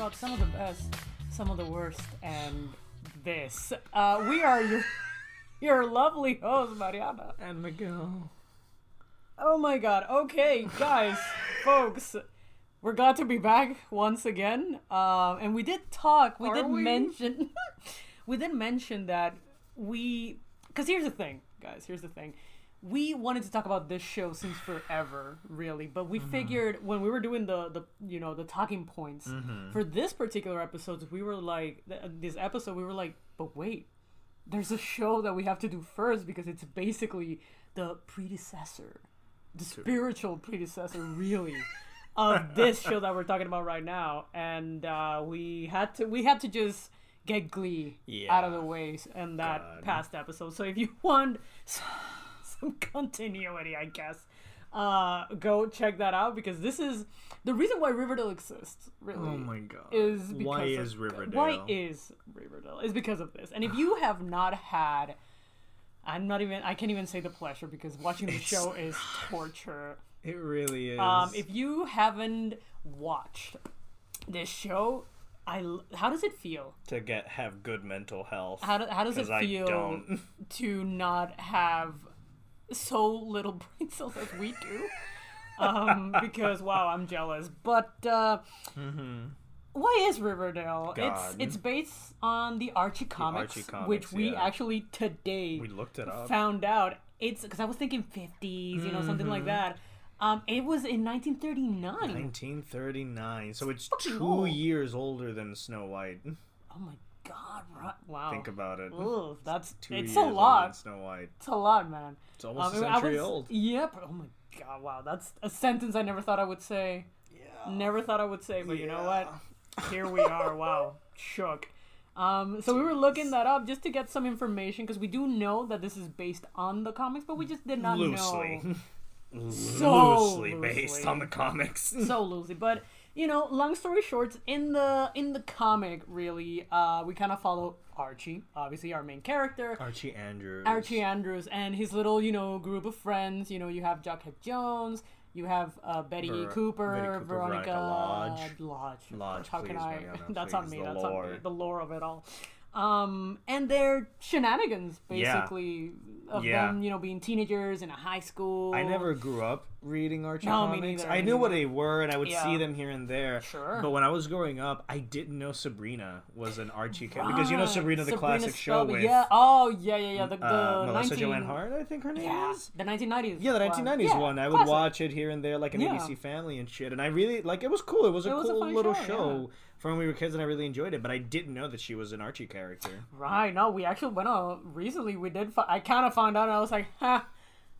out some of the best, some of the worst, and this. Uh, we are your your lovely hosts, Mariana And Miguel. Oh my god. Okay, guys, folks, we're glad to be back once again. Um, and we did talk. We Are did we? mention. we did mention that we. Because here's the thing, guys. Here's the thing. We wanted to talk about this show since forever, really, but we figured when we were doing the, the you know the talking points for this particular episode, we were like th- this episode, we were like, but wait, there's a show that we have to do first because it's basically the predecessor, the spiritual predecessor, really, of this show that we're talking about right now. And uh, we had to we had to just get Glee out of the way in that past episode. So if you want s- some continuity, I guess. Uh, go check that out because this is the reason why Riverdale exists. Really, Oh my god. is because Why of- is Riverdale? Why is Riverdale? Is because of this. And if you have not had, I'm not even. I can't even say the pleasure because watching the show is torture. It really is. Um, if you haven't watched this show, I l- how does it feel? to get have good mental health. How, do, how does it 'Cause I feel don't. to not have so little brain cells as we do? um, because wow, I'm jealous. But uh, why is Riverdale? It's Mm-hmm. God. it's based on the Archie comics, Archie comics, which we yeah. actually today we looked it up. found out. It's because I was thinking 50s, you know, something Mm-hmm. like that. Um, it was in 1939. 1939. So it's fucking two old. years older than Snow White. Oh my god! Right? Wow. Think about it. Ugh, that's Two it's years a older lot. Than Snow White. It's a lot, man. it's almost Um, a I century was- old. Yep. Oh my god! Wow, that's a sentence I never thought I would say. Yeah. Never thought I would say, but you know Yeah. what? Here we are. Wow, shook. Um, so we were looking that up just to get some information because we do know that this is based on the comics, but we just did not Loosely. know So loosely based loosely. on the comics. so loosely. But you know, long story short, in the in the comic, really, uh, we kind of follow Archie, obviously our main character, Archie Andrews. Archie Andrews and his little, you know, group of friends. You know, you have Jughead Jones, you have uh, Betty E. Ver- Cooper, Betty Cooper, Veronica Veronica Lodge. Lodge. of Lodge, course, How can please, I? Mariana, that's on please, me. the That's on me. lore. The lore of it all. Um, and their shenanigans, Yeah. basically, of Yeah. them, you know, being teenagers in a high school. I never grew up reading Archie No, me comics. neither, I me knew what neither. they were, and I would Yeah. see them here and there. Sure. But when I was growing up, I didn't know Sabrina was an Archie character because you know Right. Sabrina, the classic show Spelbe- with Ah, yeah. Oh yeah, yeah, yeah. The, the uh, Melissa 19... Joan Hart, I think her name Yeah, is. the 1990s. Yeah, the one. 1990s Yeah, one. I would classic. watch it here and there, like an Yeah. ABC Family and shit. And I really like it was cool. It was a It was a cool fun little show, show, from when we were kids, and I really enjoyed it. But I didn't know that she was an Archie character. Right. No, we actually went on recently. We did. Fi- I kind of found out, and I was like, "Ha,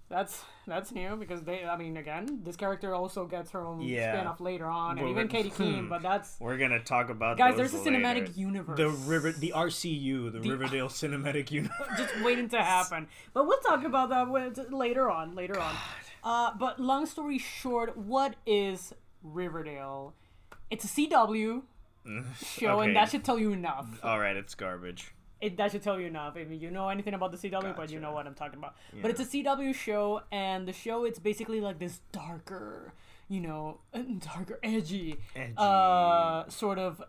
that's that's new." Because they, I mean, again, this character also gets her own Yeah. spin off later on, and Well, even but- Katie Keene. But that's We're gonna talk about guys. those There's a later. cinematic universe. The river, the RCU, the, Riverdale Cinematic Universe. just waiting to happen. But we'll talk about that when, later on. Later on. Uh, but long story short, what is Riverdale? It's a CW show, Okay. and that should tell you enough. All right, it's garbage. it, that should tell you enough if you know anything about the CW, but you know Gotcha. what I'm talking about. But it's a CW show, and the show it's basically like this darker, you know, uh, darker, edgy, Edgy. uh, sort of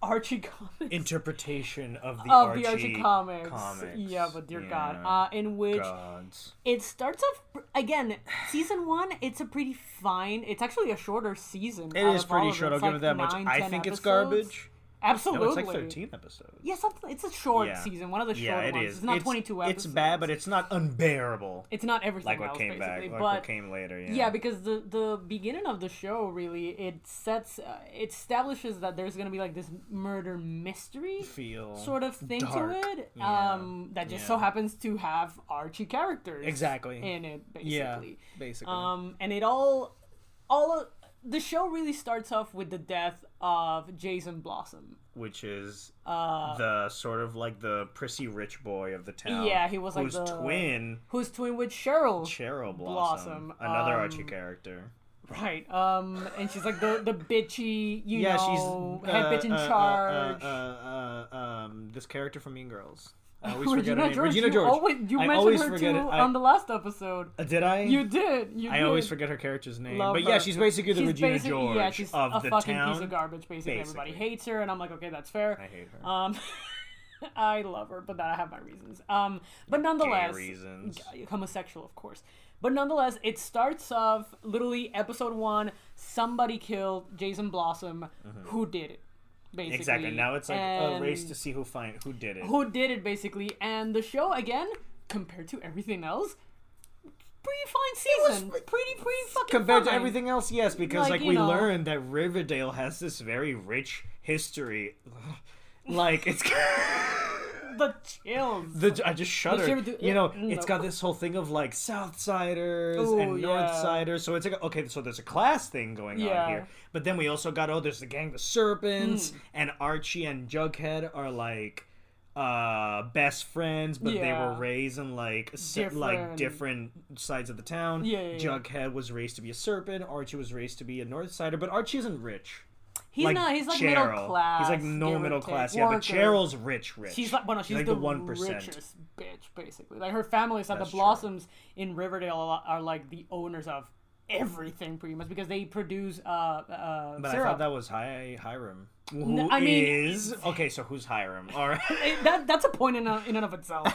Archie comic interpretation of the of Archie, the Archie comics. comics. Yeah, but dear God, Yeah. uh, in which Gods. it starts off again. Season one, it's a pretty fine. It's actually a shorter season. It out is of all pretty of short. I'll It's give like it that much. nine, I 10 think it's episodes. garbage. Absolutely. No, it's like thirteen episodes. Yeah, something. It's a short Yeah. season. One of the short Yeah, it ones. is. It's not 22 episodes. It's bad, but it's not unbearable. it's not everything like else what came back, basically. like but what came later. Yeah. yeah. because the the beginning of the show really it sets uh, it establishes that there's gonna be like this murder mystery feel sort of thing dark. to it. Yeah. Um, that just Yeah. so happens to have Archie characters Exactly. in it basically. yeah, basically. Um, and it all, all of, the show really starts off with the death of Jason Blossom. Which is uh, the sort of like the prissy rich boy of the town. Yeah, he was like whose the- twin Who's twin with Cheryl? Cheryl Blossom, Blossom, another um, Archie character. Right. Um, and she's like the the bitchy, you yeah, know, she's head uh, bitch in uh, uh, charge. Uh, uh, uh, um, this character from Mean Girls. I always forget her name. Regina You, George. always, you I mentioned always her forget too it. I- on the last episode. Uh, Did I? You did. You I did. always forget her character's name. Love but yeah, her. she's basically the she's Regina basic- George yeah, she's of a the fucking piece town, of garbage. Basically, everybody basically. hates her, and I'm like, okay, that's fair. I hate her. Um, I love her, but that I have my reasons. Um, but Gay nonetheless, reasons. uh, homosexual, of course. But nonetheless, it starts off literally episode one. Somebody killed Jason Blossom. Who did it? Basically, Exactly. Now it's like a race And to see who find who did it. who did it, basically. And the show again, compared to everything else, pretty fine season. pretty pretty fucking Compared to fine. everything else, yes, because Like, like, you we know. learned that Riverdale has this very rich history. like it's The chills. the I just shudder. Riverdale- You know, Mm, it's no. got this whole thing of like Southsiders Ooh, and yeah. Northsiders. So it's like okay, so there's a class thing going Yeah. Mm. on here. But then we also got oh, there's the gang of serpents and Archie and Jughead are like uh best friends but they were Yeah. raised in like se- Different- like different sides of the town Yeah, yeah, yeah. jughead was raised to be a serpent archie was raised to be a northsider but archie isn't rich he's not. He's like middle Cheryl. class. He's like give no or middle take, class. Yeah, but worker. Cheryl's rich, rich. She's like, well, no, she's like the, the 1%. richest bitch, basically. Like her family side, That's the true. Blossoms in Riverdale are, are like the owners of everything, pretty much, because they produce uh, uh But I syrup. thought that was Hi- Hiram. Who is I mean- okay? So who's Hiram? All right, It- that- that's a point in, a, in and of itself,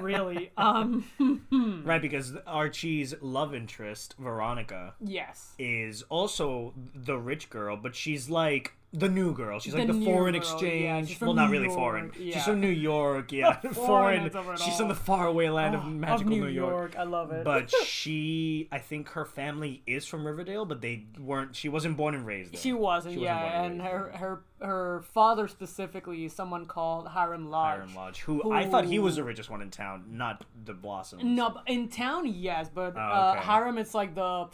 really. Um, right, because Archie's love interest Veronica yes, is also the rich girl, but she's like the new girl. She's like The the, new foreign girl, exchange. yeah, she's from well, not New really York, foreign. yeah. She's from New York. Yeah, Foreign foreign. is over it She's all. from the faraway land of magical of New, York. York. I love it. but she i think her family is from riverdale but they weren't she wasn't born and raised there. She wasn't, She wasn't yeah, born and and her, her her father specifically is someone called Hiram Lodge. Hiram Lodge, who I thought he was the richest one in town, not the Blossoms. No, but in town, yes, but uh, Oh, okay. Hiram, it's like the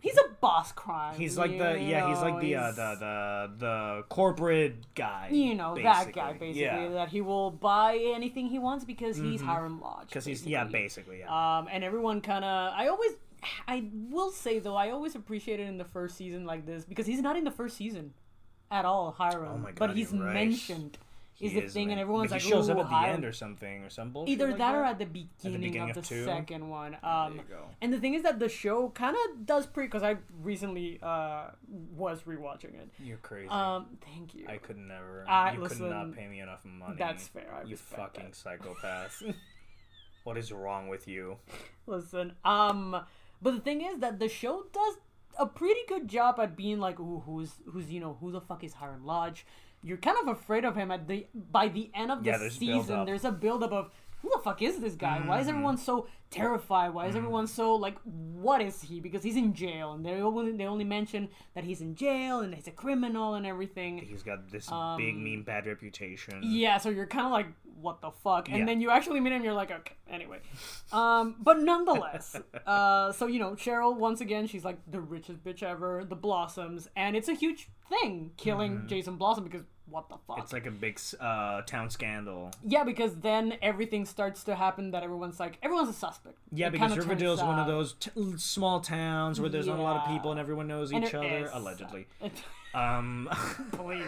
he's a boss crime. he's like the you yeah, he's know, like the uh, he's- the the the corporate guy. you know that guy basically yeah, that he will buy anything he wants because he's Hiram Lodge. because he's yeah, basically yeah. Um, and everyone kind of I always I will say though I always appreciated in the first season like this because he's not in the first season at all Hiram, Oh my but God, he's you're right. mentioned. He is the thing, man. and everyone's But like, he shows up "Ooh, at the Hiram." end or something or some bullshit. Either like that or at the beginning, beginning of, of the two? second one. Um, you go. and the thing is that the show kind of does pretty because I recently uh, was rewatching it. you're crazy. Um, thank you. I could never. I- you could listen, not pay me enough money. that's fair, I you respect fucking that. psychopath. what is wrong with you? Listen, um, but the thing is that the show does a pretty good job at being like, ooh, who's who's you know who the fuck is Hiram Lodge? You're kind of afraid of him at the by the end of the Yeah, there's season. buildup. Mm-hmm. There's a buildup of who the fuck is this guy? Why is everyone so terrified? Why is everyone so like, what is he? Because he's in jail, and they only they only mention that he's in jail and he's a criminal and everything. He's got this big, mean, bad reputation. Um, Yeah, so you're kind of like, what the fuck? And Yeah. then you actually meet him, you're like, okay, anyway. Um, but nonetheless, uh, so you know, Cheryl once again, she's like the richest bitch ever, the Blossoms, and it's a huge thing killing Jason Blossom because what the fuck? Mm-hmm. It's like a big s- uh, town scandal. yeah, because then everything starts to happen that everyone's like, everyone's a suspect. Yeah, It because kinda turns Riverdale is one out- of those t- l- small towns where there's not a lot of Yeah. people and everyone knows and each it other, is- allegedly. It- Um, Please,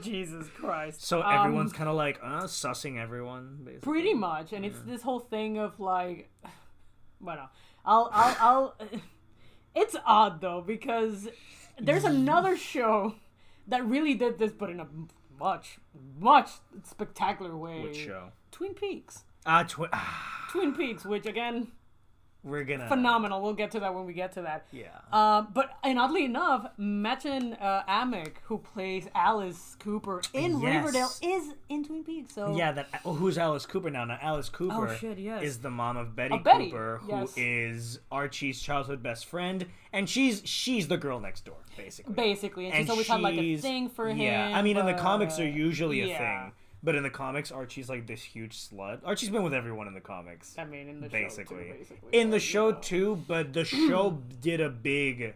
Jesus Christ. so Um, everyone's kind of like uh, sussing everyone. Basically. pretty much and it's this whole thing of like bueno i'll i'll i'll it's odd though because there's another show that really did this but in a much much spectacular way Which show? twin peaks Ah, twi- ah, twin peaks which again we're gonna phenomenal we'll get to that when we get to that Yeah. uh, but and oddly enough, Metin uh, Amick, who plays Alice Cooper in Yes. Riverdale, is in Twin Peaks. So Yeah, that oh, who's Alice Cooper now? Now Alice Cooper Oh, shit, yes. Oh, is the mom of Betty Betty, Cooper, who is yes. Archie's childhood best friend, and she's she's the girl next door, basically. basically, and, she's always had like a she's- thing for him. Yeah, I mean, in the comics, but- they're usually a yeah. thing, but in the comics, Archie's like this huge slut. Archie's been with everyone in the comics, I mean, in the basically. show, too, basically. in the like, show you know. too, but the show did a big,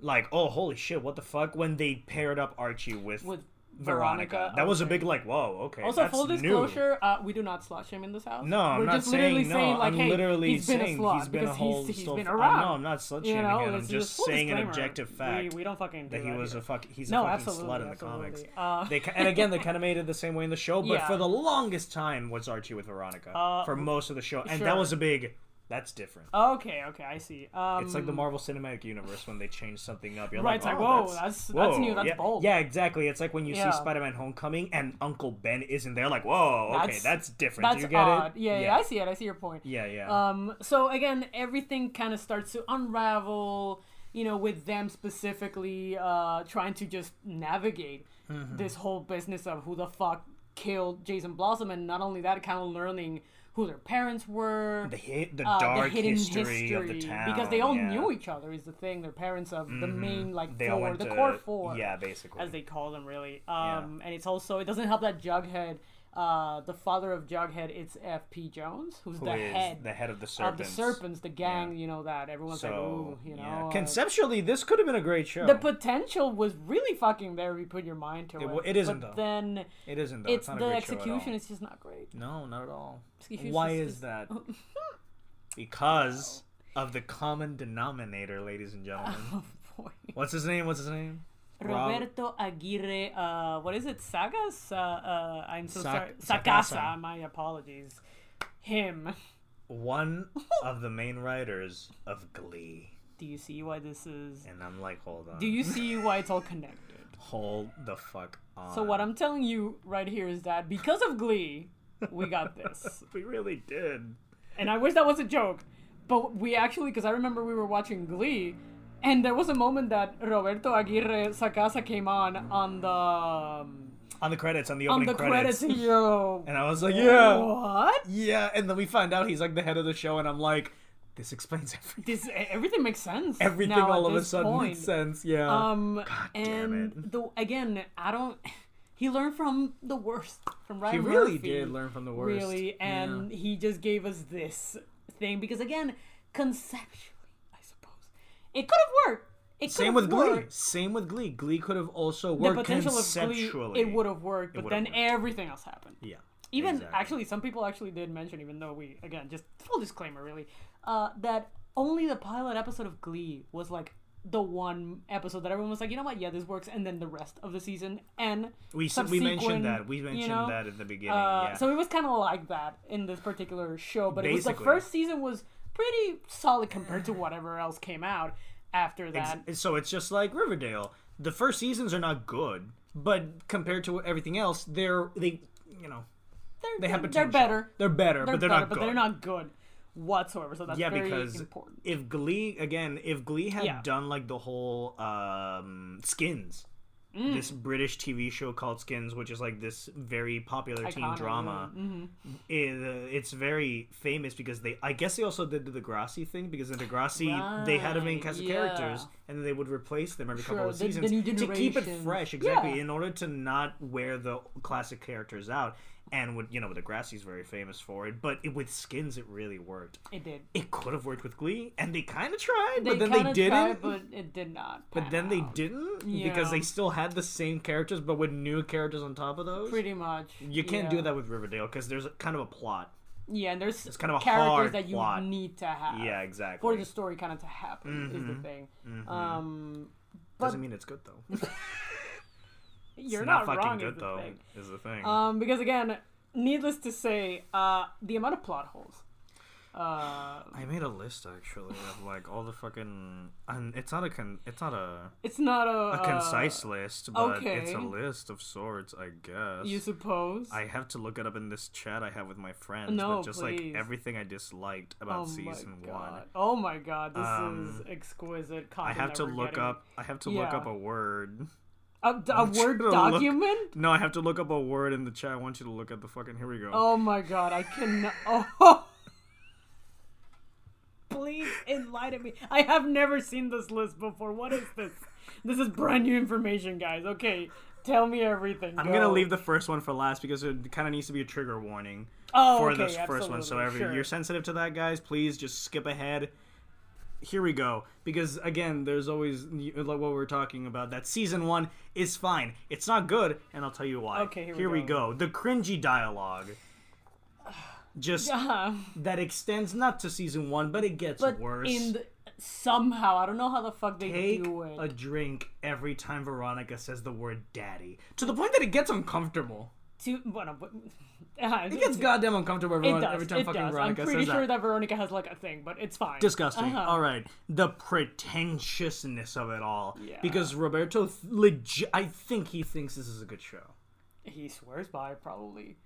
like, oh holy shit, what the fuck, when they paired up Archie with with Veronica. Veronica. Okay. That was a big like, whoa, okay. Also, that's full new. disclosure, uh, we do not slush him in this house. No, I'm We're not just literally saying no. saying like, I'm hey, literally he's been saying a slut he's been a because whole he's, he's still- been I- around. no, I'm not slut You shaming know, him. I'm it's just full saying an disclaimer. objective We- fact We, don't fucking do that he that was here. a fuck. He's No, a fucking absolutely, slut in the absolutely. comics. Uh, they ca- and again they kind of made it the same way in the show, but Yeah. for the longest time was Archie with Veronica Uh, for most of the show, and sure. that was a big. That's different. Okay, okay, I see. Um, It's like the Marvel Cinematic Universe when they change something up. You're Right, like, it's like, "Oh, whoa, that's- that's, that's new, whoa, that's yeah, bold." Yeah, exactly. It's like when you Yeah. see Spider-Man: Homecoming and Uncle Ben isn't there. Like, whoa, okay, That's- that's, different. that's Do you get odd. it? Yeah, yeah, I see it. I see your point. yeah, yeah. Um, so again, everything kind of starts to unravel, you know, with them specifically uh, trying to just navigate Mm-hmm. this whole business of who the fuck killed Jason Blossom, and not only that, kind of learning who their parents were, the hi- the uh, dark the hidden history, of the town because they all yeah. Mm-hmm. knew each other is the thing. Their parents of the main like They all four, went the to- core four, Yeah, basically. as they call them, really. Um, and it's also it doesn't help that Jughead. Uh, the father of Jughead, it's F.P. Jones, who's Who the is head the head of the of serpents. the serpents, the gang, you know that everyone's like, ooh, So you know. yeah. uh, conceptually, this could have been a great show. the potential was really fucking there if you put your mind to it. wa- it isn't, but though. then it isn't though. it's not the a great show at execution all. is just not great. No, not at all. Execution Why is is just- that? because of the common denominator, ladies and gentlemen. Oh boy. What's his name? What's his name? Rob- Roberto Aguirre, uh, what is it? Sagas? Uh, uh, I'm so Sac- sorry. Sacasa. Sacasa. My apologies. Him. One of the main writers of Glee, Do you see why this is? and I'm like, hold on. Do you see why it's all connected? hold the fuck on? So what I'm telling you right here is that because of Glee, we got this. we really did. and I wish that was a joke, but we actually, because I remember we were watching Glee, and there was a moment that Roberto Aguirre Sacasa came on on the um, On the credits, on the on opening the credits. Oh. credits, Yo, and I was like, yeah, what? yeah. And then we find out he's like the head of the show, and I'm like, this explains everything. This e, everything makes sense. Everything now all at of a this sudden point. makes sense. Yeah. Um, and damn it. The, again, I don't. He learned from the worst from Ryan he really Murphy. did learn from the worst. really and he just gave us this thing because again conceptually i suppose it could have worked it could Same have with Glee. worked. Same with Glee. Glee could have also the worked potential of conceptually. Glee, it would have worked, but would've then worked. everything else happened. Yeah. Even exactly. actually, some people actually did mention, even though we again just full disclaimer, really, uh, that only the pilot episode of Glee was like the one episode that everyone was like, you know what, yeah, this works, and then the rest of the season and we s- we subsequent, mentioned that. We you mentioned know, that at the beginning. uh, yeah. So it was kind of like that in this particular show, but it was the Basically. first season was pretty solid compared to whatever else came out after that. Ex- so it's just like Riverdale. The first seasons are not good, but compared to everything else, they're they you know they're, they have good- potential. They're better. They're better, They're but they're better, not but good. they're not good whatsoever. So that's yeah, very because important. if Glee again, if Glee had Yeah. done like the whole um, Skins, Mm. this British TV show called Skins, which is like this very popular teen Iconic, Mm-hmm. drama, it- it's very famous because they, I guess, they also did the Degrassi thing because in Degrassi they had a main Right, cast of yeah. characters and then they would replace them every Sure, couple of the- the seasons new to keep it generation. fresh, exactly, Yeah. in order to not wear the classic characters out. And with you know, with Degrassi's very famous for it, but it, with Skins it really worked It did. it could have worked with Glee, and they kind of tried, They but then kinda they didn't. tried, but but it did not. pan then they out, didn't Yeah. because they still had the same characters, but with new characters on top of those. Pretty much. you can't yeah. do that with Riverdale because there's a, kind of a plot. Yeah, and there's kind of a characters hard that you plot. need to have Yeah, exactly. Mm-hmm. for the story kind of to happen is the thing. Um, Doesn't mean it's good though. It's you're not, fucking wrong. good is the though. thing. Is the thing. Um, because again, needless to say, uh, the amount of plot holes. Uh, I made a list actually of like all the fucking. And it's not a con. It's not a, it's not a, a uh, concise list, but it's okay. a list of sorts, I guess. uh, you suppose? I have to look it up in this chat I have with my friends. No, but just please. like everything I disliked oh my about season one. god! Oh my god! This Um, is exquisite I content. have that to we're look getting. up I have to look Yeah. up a word. a, d- a word trying to look- document. No, I have to look up a word in the chat. I want you to look at the fucking here we go. Oh my god! I cannot. Oh. Please enlighten me. I have never seen this list before. What is this? This is brand new information, guys. Okay, tell me everything. I'm gonna go. leave the first one for last because it kinda needs to be a trigger warning oh, for okay, this first one. So absolutely, if sure. you're sensitive to that guys, please just skip ahead. here we go because again there's always like what we're talking about that season one is fine it's not good and i'll tell you why Okay, here we we go the cringy dialogue just Yeah. that extends not to season one but it gets But worse in the, somehow, I don't know how the fuck they take do it. a drink every time veronica says the word daddy to the point that it gets uncomfortable to, bueno, but, it gets goddamn uncomfortable every, It does. every time it fucking does. veronica I'm pretty says sure that that. Veronica has like a thing, but it's fine. disgusting. Uh-huh. All right, the pretentiousness of it all. Yeah. Because Roberto, th- legi- I think he thinks this is a good show. He swears by it, probably.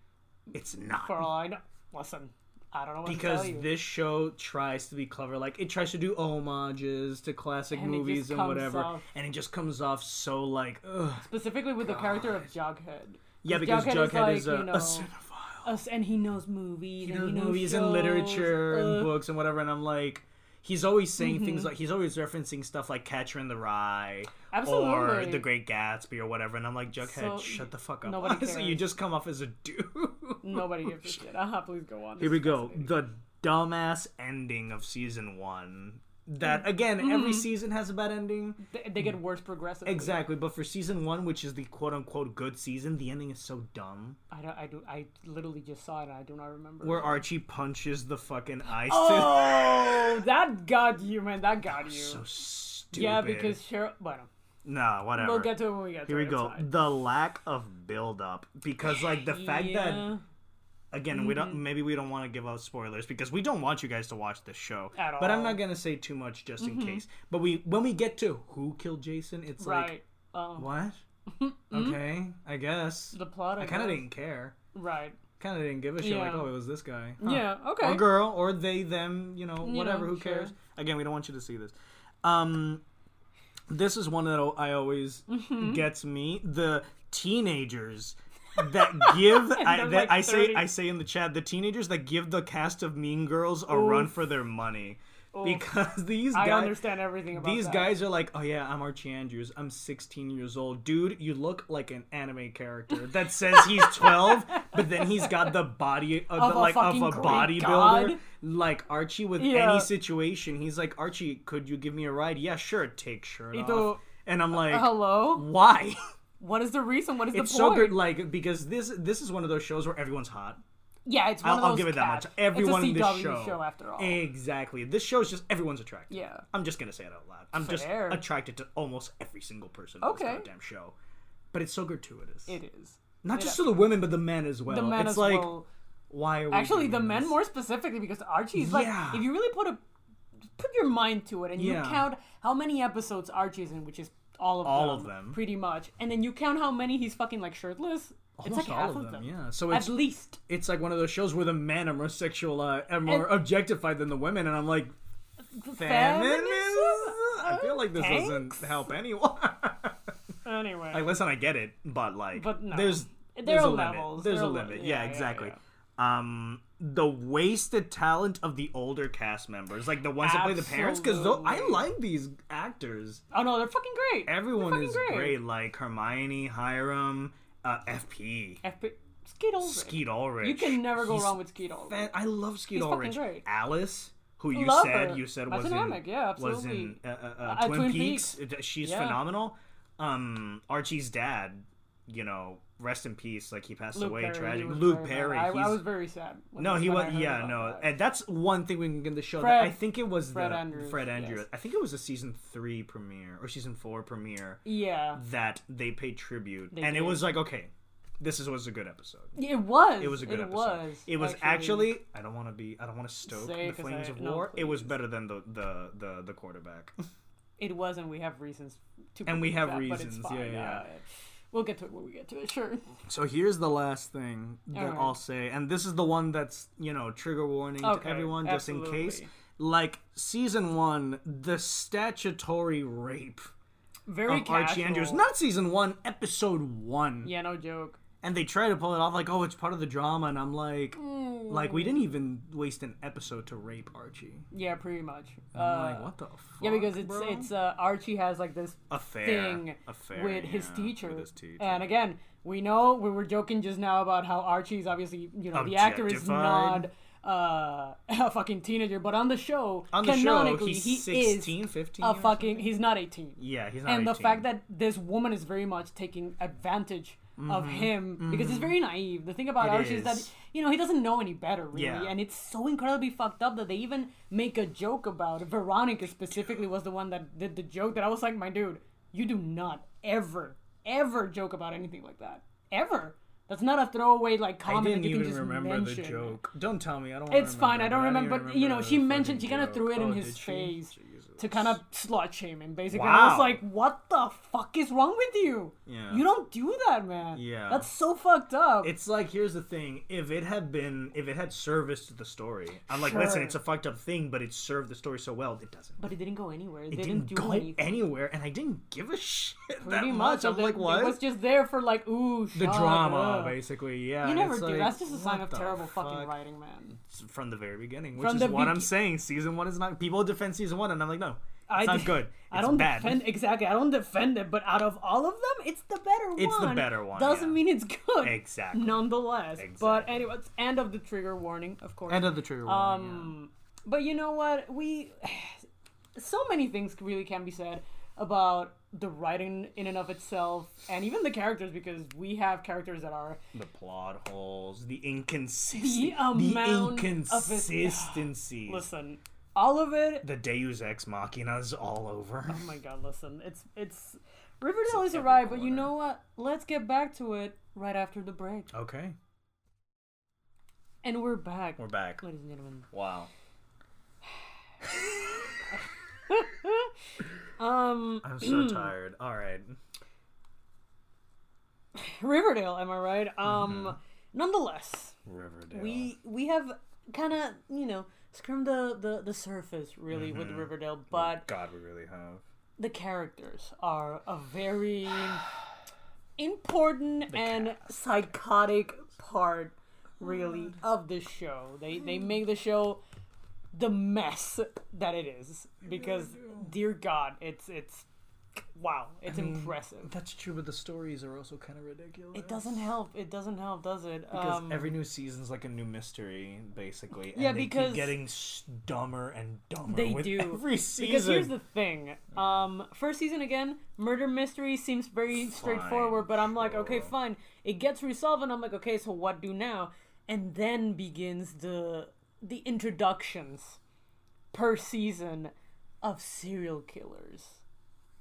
It's not For all I know, listen, I don't know what to because tell you. this show tries to be clever. Like it tries to do homages to classic And it just movies and comes whatever, off- and it just comes off so like, ugh. specifically with the character of Jughead. yeah, because Jughead, Jughead, is, is like, a, you know, a cinephile. us, and he knows movies, and knows he knows movies shows. uh, and literature Ugh. and books and whatever, and I'm like. He's always saying Mm-hmm. things like he's always referencing stuff like Catcher in the Rye or Absolutely. The Great Gatsby or whatever, and I'm like So, Jughead, shut the fuck up. nobody so you cares. just come off as a dude. Nobody gives a shit. Uh-huh, please go on. Here we go. The dumbass ending of season one. That Mm. again, Mm-hmm. every season has a bad ending. They, they get worse progressively. Exactly, but for season one, which is the quote unquote good season, the ending is so dumb. I, don't, I, do, I literally just saw it, and I do not remember. Where Archie punches the fucking ice. Oh, that got you, man. That got you. to... so stupid. yeah, because Cheryl. Bueno, no, whatever. we'll get to it when we get to Here it. we it's go. fine. The lack of build up because like the fact that Yeah. Mm-hmm. again we don't maybe we don't want to give out spoilers because we don't want you guys to watch this show At but i'm all. Mm-hmm. not gonna say too much just in case but we when we get to who killed jason it's like right. um, what okay i guess the plot. i kind of didn't care Right. kind of didn't give a shit like Yeah. oh it was this guy Huh. Yeah. Okay. or girl or they them you know whatever know, who sure. cares again we don't want you to see this um this is one that i always Mm-hmm. gets me the teenagers that give I, they're that like I say 30. I say in the chat the teenagers that give the cast of Mean Girls a run for their money because these I guys understand everything about these that. guys are like oh yeah I'm Archie Andrews I'm 16 years old dude you look like an anime character that says he's 12 but then he's got the body of, Of a the, like of fucking a Greek bodybuilder god. like Archie with Yeah. any situation. He's like, Archie, could you give me a ride? Yeah, sure. Take shirt Ito- off. And I'm like, Hello. why? What is the reason? What is It's the so point? good, like because this this is one of those shows where everyone's hot. Yeah, it's one I'll, of I'll those give it that cats. much. Everyone it's a in this CW show, after all. exactly. This show is just everyone's attracted. Yeah. I'm just gonna say it out loud. I'm Fair. just attracted to almost every single person in Okay. this goddamn show. But it's so gratuitous. It is. Not just to the women, but the men as well. The men it's as like, well. why are we Actually, the doing men this? more specifically because Archie's Yeah. like, if you really put a put your mind to it and you Yeah. count how many episodes Archie's in, which is all of All them, of them. pretty much, and then you count how many he's fucking like shirtless. it's like Almost all half of of them, Yeah. So At it's least. it's like one of those shows where the men are more sexual uh, and more objectified than the women, and I'm like, feminism? I feel like this Thanks? doesn't help anyone. Anyway. like, listen, I get it, but like, But no. there's There there's are a limit. levels. There's There a are le- limit. yeah, Yeah, yeah, exactly. yeah. Um, the wasted talent of the older cast members, like the ones that play the parents, because I Absolutely. like these actors. oh no, they're fucking great. Everyone fucking is great. great. Like Hermione, Hiram, uh, FP, FP- Skeet Ulrich. Skeet Ulrich. You can never go He's wrong with Skeet Ulrich. fan- I love Skeet He's fucking Ulrich. great. Alice, who you Love said her. you said That's was an in, amic, yeah, was in absolutely. uh, uh, uh, uh, Twin, Twin Peaks. Uh, She's Yeah. phenomenal. Um, Archie's dad, you know, rest in peace. Like he passed away Perry tragic. was Luke very Perry. bad. I, I he's- was very sad. when- no, he when was. I heard Yeah, about no, that. and that's one thing we can get in the show. that Fred- I think it was Fred the Andrews, Fred yes. Andrews. I think it was a season three premiere or season four premiere Yeah, that they paid tribute, and it did. was like, okay, this is was a good episode. it was. It was a good it episode. Was, it was actually, I don't want to be I don't want to stoke Say the 'cause flames I- of no, war. it was please. better than the the the, the quarterback. It was, and we have reasons to. And we believe have that, reasons, But it's fine. yeah, yeah, Uh, we'll get to it when we get to it. Sure. so here's the last thing that Alright. I'll say, and this is the one that's you know trigger warning Okay, to everyone just in case. absolutely. Like season one, the statutory rape Very of Um, Archie casual. Andrews. Not season one, episode one. Yeah, no joke. and they try to pull it off like oh it's part of the drama and i'm like like we Mm. didn't even waste an episode to rape archie Yeah, pretty much. I'm Uh, like what the Um, fuck, yeah, because it's bro? it's uh, Archie has like this affair thing affair with his yeah, teacher. with his teacher. And again, we know we were joking just now about how Archie's obviously, you know, the actor is Objectified. not uh, a fucking teenager, but on the show, On the show, canonically, he's he 16, is 15 a or fucking. He's not eighteen. Yeah, he's not. and the 18. fact that this woman is very much taking advantage of Mm-hmm. him because he's very naive. The thing about It Archie is. that is. you know he doesn't know any better, really, Yeah. and it's so incredibly fucked up that they even make a joke about it. Veronica specifically was the one that did the joke that I was like, my dude, you do not ever ever joke about anything like that ever. That's not a throwaway like I comment didn't that you even can just remember mention. the joke. Don't tell me. I don't. wanna It's fine. I don't remember. remember. even But, you know, she the mentioned she fucking kind of threw it joke. in Oh, his did she? face Jesus. to kind of slut shame him, basically. And I was Wow. like, "What the fuck is wrong with you? Yeah. You don't do that, man. Yeah. that's so fucked up." It's like here's the thing: if it had been, if it had service to the story, I'm like, Sure. listen, it's a fucked up thing, but it served the story so well, it doesn't. but it didn't go anywhere. They It didn't, didn't, do go anything. anywhere, and I didn't give a shit that Pretty much. so I'm they- like, what? It was just there for like, ooh, the shut drama, up. basically. Yeah, You never it's do. like, That's just a sign what of the terrible fucking fuck? writing, man. from the very beginning, which From is the what I'm begin- saying. Season one is not. People defend season one, and I'm like, no, it's I not d- good. It's I don't bad. defend exactly. I don't defend it, but out of all of them, it's the better one. It's the better one, Doesn't yeah. mean it's good. Exactly. Nonetheless, but Exactly. anyway, it's end of the trigger warning, of course. End of the trigger warning. yeah. um, but you know what? We so many things really can be said about the writing in and of itself, and even the characters, because we have characters that are The plot holes, the inconsistency, The amount of it- inconsistencies. listen, all of it the Deus Ex Machina is all over. Oh my god, listen, it's it's Riverdale is arrived, but you know what? Let's get back to it right after the break. Okay, And we're back. we're back. Ladies and gentlemen. Wow. Um I'm so tired. All right. Riverdale, am I right? Um nonetheless, Riverdale. we we have kind of, you know, scrimmed the the, the surface really with Riverdale, but God, we really have. the characters are a very important and psychotic part really of the show they they make the show the mess that it is because dear god it's it's wow it's impressive That's true, but the stories are also kind of ridiculous. it doesn't help it doesn't help does it Because um, every new season's like a new mystery, basically. And Yeah, they because- keep getting s- dumber and dumber. They with do. every Because season. here's the thing. Um, first season again, murder mystery seems very straightforward, but I'm like, okay, sure. fine. It gets resolved, and I'm like, okay, so what do now? And then begins the the introductions per season of serial killers.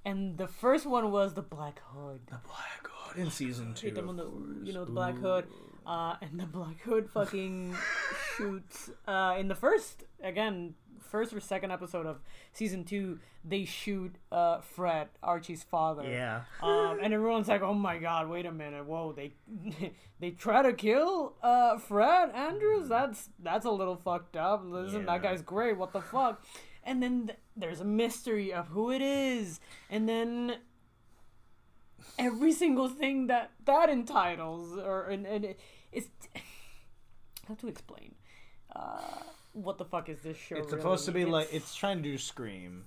And the first one was the Black Hood. Black Hood in season two. Them on the, you know, the Black Hood. Uh, and the Black Hood fucking shoots. Uh, in the first, again, first or second episode of season two, they shoot uh, Fred, Archie's father. Yeah. Um, and everyone's like, "Oh my God! Wait a minute! Whoa! They they try to kill uh, Fred Andrews. That's that's a little fucked up. Listen, that Mm-hmm. Yeah. guy's great. What the fuck?" And then th- there's a mystery of who it is, and then every single thing that that entitles, or and, and it, it's how to explain. Uh, what the fuck is this show? It's supposed to be really? like it's trying to do Scream,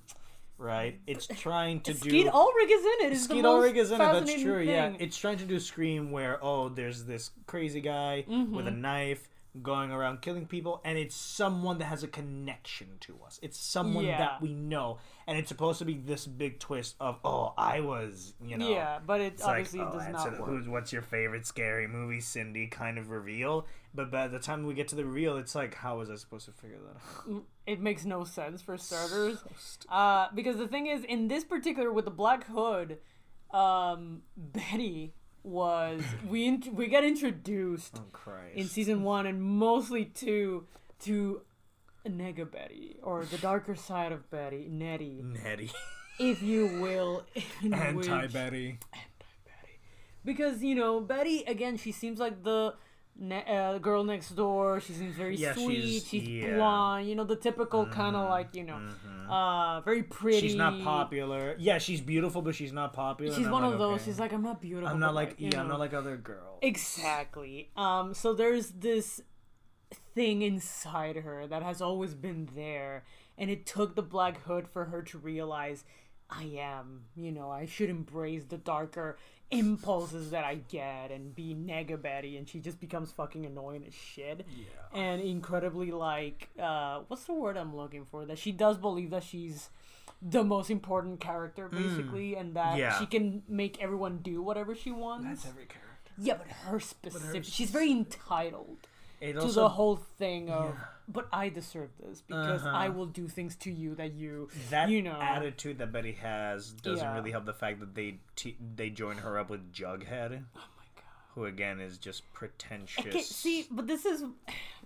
right? It's trying to Skeet do. Ulrich is in it. It's Skeet the most Ulrich is in it. That's fascinating true. Yeah, thing. it's trying to do Scream where oh, there's this crazy guy Mm-hmm. with a knife going around killing people, and it's someone that has a connection to us. It's someone Yeah. that we know, and it's supposed to be this big twist of oh, I was, you know. Yeah, but it It's like, obviously oh, does answer not the- work. who's what's your favorite scary movie, Cindy? Kind of reveal, but by the time we get to the reveal, it's like, how was I supposed to figure that out? Mm, It makes no sense for starters. uh, because the thing is, in this particular with the Black Hood, um, Betty was we int- we got introduced Oh, Christ. in season one and mostly two to Nega Betty or the darker side of Betty, Nettie, Nettie. if you will. in which- Betty. because you know Betty again. She seems like the ne- uh, girl next door. She seems very Yeah, sweet. she's- She's yeah. Mm-hmm, blonde. You know the typical kind of like you know, uh, very pretty. She's not popular. Yeah, she's beautiful, but she's not popular. She's one of those. She's like I'm not beautiful. I'm but, not like you yeah, I'm know." not like other girls. exactly. Um. So there's this thing inside her that has always been there, and it took the Black Hood for her to realize I am, you know, I should embrace the darker impulses that I get and be nega Betty, and she just becomes fucking annoying as shit. Yeah. And incredibly, like, uh, what's the word I'm looking for? That she does believe that she's the most important character, basically, and that Yeah. she can make everyone do whatever she wants. That's every character. yeah, but her specific, she's very entitled It to also the whole thing of but i deserve this because i will do things to you that you that you know attitude that Betty has doesn't Yeah. really help the fact that they te- they join her up with Jughead, who again is just pretentious. Oh Okay, see but this is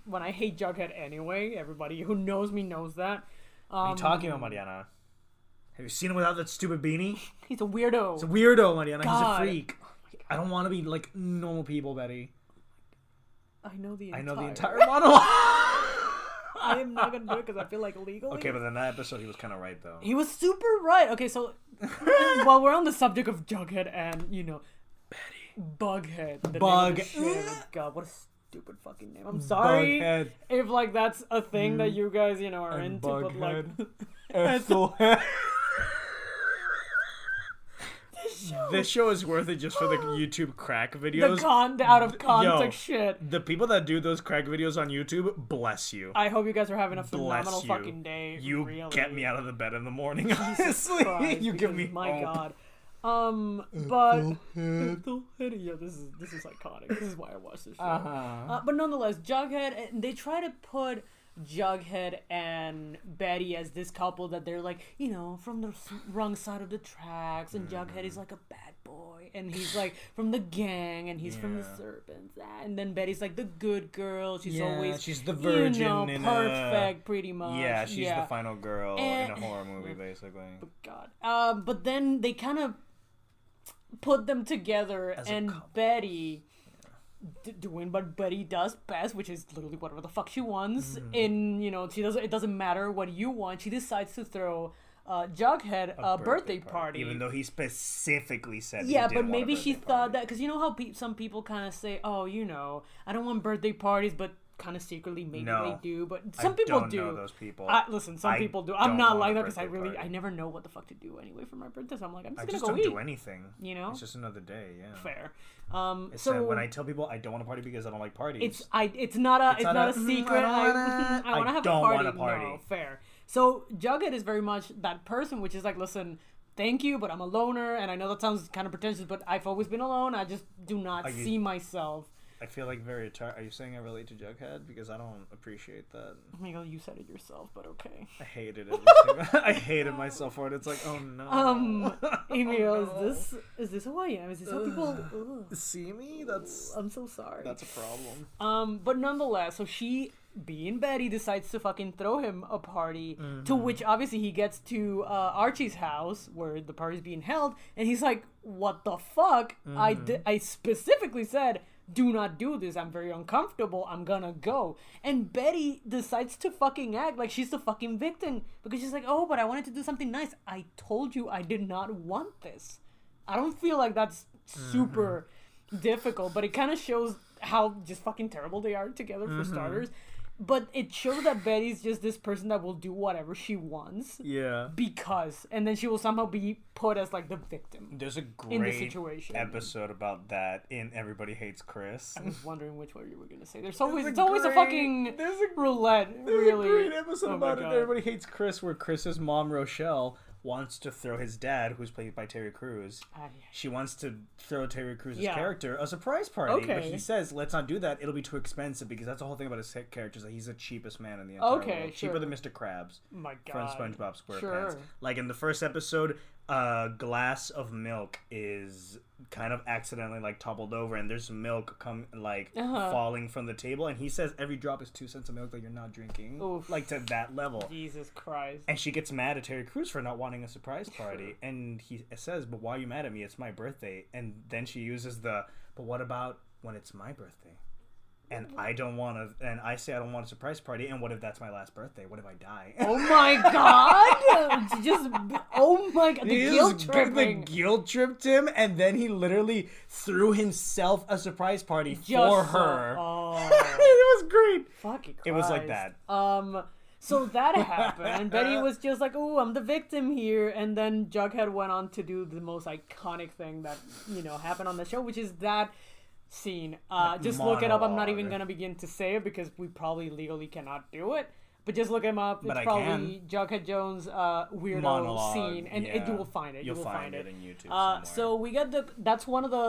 when i hate jughead anyway everybody who knows me knows that What are you talking um, about Mariana? Have you seen him without that stupid beanie? he's a weirdo It's a weirdo, Mariana. God. He's a freak. I don't want to be like normal people, Betty. I know the I know entire the entire monologue. i am not gonna do it because i feel like legally okay, but in that episode, he was kind of right though. he was super right okay so while we're on the subject of jughead and you know Bughead. The Bug. Name of Bug- the shit. Oh, God, what a stupid fucking name. I'm sorry. Bughead. if like that's a thing that you guys you know are into, but like Mm. Bughead. Ethelhead. This show is worth it just for the YouTube crack the videos. con the out of context shit. the people that do those crack videos on YouTube, bless you. I hope you guys are having a bless phenomenal you. fucking day. you really. get me out of the bed in the morning, honestly. Christ, you give because, me my hope. god. Um, but yeah, this is this is iconic. This is why I watch this show. Uh-huh. Uh, but nonetheless, Jughead and they try to put Jughead and Betty as this couple that they're like, you know, from the s- wrong side of the tracks, and Jughead Mm-hmm. is like a bad boy, and he's like from the gang, and he's from the Yeah. serpents, ah, and then Betty's like the good girl. She's Yeah, always she's the virgin you know, in a- perfect, pretty much. Uh, Yeah, she's the final girl Uh, And- in a horror movie, basically. God. Um, but then they kind of put them together, As a and couple. Betty d- doing what Betty does best, which is literally whatever the fuck she wants. Mm-hmm. In you know, she doesn't. It doesn't matter what you want. She decides to throw uh, Jughead a, birthday, party. Even though he specifically said yeah, but maybe she thought that because you know how pe- some people kind of say, "Oh, you know, I don't want birthday parties," but kind of secretly maybe No. they do. But some people don't do. know those people. I, listen, some I people do. I'm don't not want like a that because I birthday really, party. I never know what the fuck to do anyway for my birthday. So I'm like, I'm I just just gonna don't go do eat. anything. You know? it's just another day. Yeah. Fair. Um, It's so that when I tell people I don't want to party because I don't like parties. it's I, it's not a, it's not, not a, a, "Mm, I secret. don't I, wanna- I want to I have don't a party. want a party. No, fair. So Jughead is very much that person, which is like, listen. Thank you, but I'm a loner, and I know that sounds kind of pretentious, but I've always been alone. I just do not you- see myself. I feel like very attar- Are you saying I relate to Jughead? Because I don't appreciate that. Miguel, you said it yourself, but okay. I hated it. I hated myself for it. It's like, oh no. Um, Emil, no. is this is this who I am? Is this how people? Ugh, See me? That's I'm so sorry. that's a problem. Um, but nonetheless, so she, being Betty, decides to fucking throw him a party. To which obviously he gets to uh, Archie's house where the party's being held, and he's like, "What the fuck? I di- I specifically said." Do not do this. I'm very uncomfortable. I'm gonna go. And Betty decides to fucking act like she's the fucking victim because she's like, oh, but I wanted to do something nice. I told you I did not want this. I don't feel like that's super Mm-hmm. difficult, but it kind of shows how just fucking terrible they are together for Mm-hmm. starters. But it shows that Betty's just this person that will do whatever she wants Yeah. because, and then she will somehow be put as like the victim. There's a the great situation. episode about that in Everybody Hates Chris. I was wondering which way you were gonna say. There's always a it's always a great- fucking there's a- roulette. There's really, a great episode Oh my about it. God. Everybody hates Chris, where Chris's mom Rochelle wants to throw his dad, who's played by Terry Crews. Ah, yeah. She wants to throw Terry Crews' Yeah. character a surprise party, but Okay. he says, "Let's not do that. It'll be too expensive." Because that's the whole thing about his character is that he's the cheapest man in the entire Okay, world, cheaper sure. than Mr. Krabs my god. from SpongeBob SquarePants. Sure. Like in the first episode, a glass of milk is kind of accidentally like toppled over, and there's milk come like Uh-huh. falling from the table, and he says every drop is two cents of milk that you're not drinking, Oof. like to that level. Jesus Christ. And she gets mad at Terry Crews for not wanting a surprise party, and he says, "But why are you mad at me? It's my birthday." And then she uses the, "But what about when it's my birthday?" And Mm-hmm. I don't want to, and I say I don't want a surprise party. And what if that's my last birthday? What if I die? Oh my god! just oh my god, the He guilt just gr- tripping. The guilt tripped him, and then he literally threw himself a surprise party Just for so- her. Oh, it was great. fucking It was like Christ. that. Um, So that happened, and Betty was just like, "Oh, I'm the victim here." And then Jughead went on to do the most iconic thing that you know happened on the show, which is that scene. Uh, just look it up. I'm not even monologue. gonna begin to say it because we probably legally cannot do it. But just look him up. It's But I probably Jughead Jones' uh, weirdo Monologue, scene, and it, yeah. you will find it. you You'll will find, find it in YouTube Uh, somewhere. so we get the. That's one of the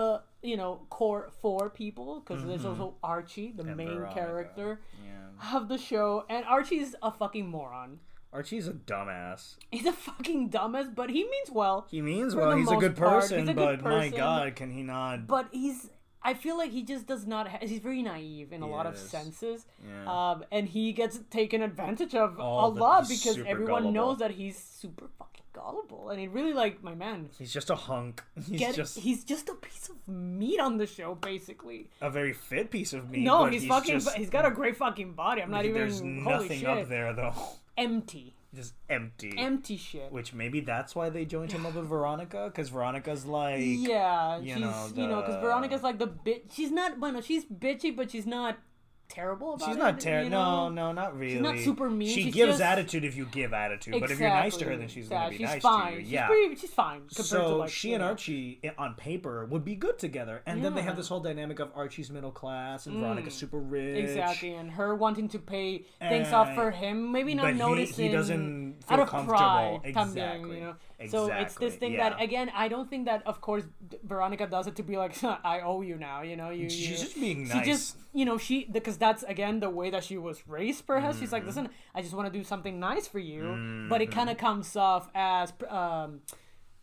you know core four people because there's also Archie, the main Mm-hmm. Veronica. character Yeah. of the show, and Archie's a fucking moron. Archie's a dumbass. He's a fucking dumbass, but he means well. He means For well. the He's a most good part, person, he's a good but my person. God, can he not? But he's. I feel like he just does not. Ha- he's very naive in a lot of Yes. senses, Yeah. um, and he gets taken advantage of a All the- lot he's because super everyone gullible. knows that he's super fucking gullible, and it really like my man. he's just a hunk. He's Get, just he's just a piece of meat on the show, basically. a very fit piece of meat. No, but he's, fucking. just- he's got a great fucking body. I'm not even. There's holy nothing shit. up there though. Empty, Just empty. empty shit. Which maybe that's why they joined him up with Veronica, because Veronica's like. Yeah, you she's know, you know because the- Veronica's like the bitch. She's not bueno. She's bitchy, but she's not terrible. About She's it, not terrible. You know? No, no, not really. not super mean, She she's gives just- attitude if you give attitude. But if you're nice to her, then Exactly. she's Yeah, gonna be she's nice fine. to you. She's yeah. pretty- she's fine. Compared so to like, she you and know. Archie, i- on paper, would be good together. And then they have Yeah. Mm. this whole dynamic of Archie's middle class and Veronica's super rich. Exactly, and her wanting to pay things off for him, maybe not but he- he noticing. doesn't out feel of pride, comfortable. también, Exactly. you know. So it's this Exactly, thing that yeah. again, I don't think that of course D- Veronica does it to be like I owe you now, you know. You, She's you- just being She just, you know, she because that's again the way that she was raised. Perhaps she's like, Mm-hmm. listen, I just want to do something nice for you, but it kind of comes off as pr- um,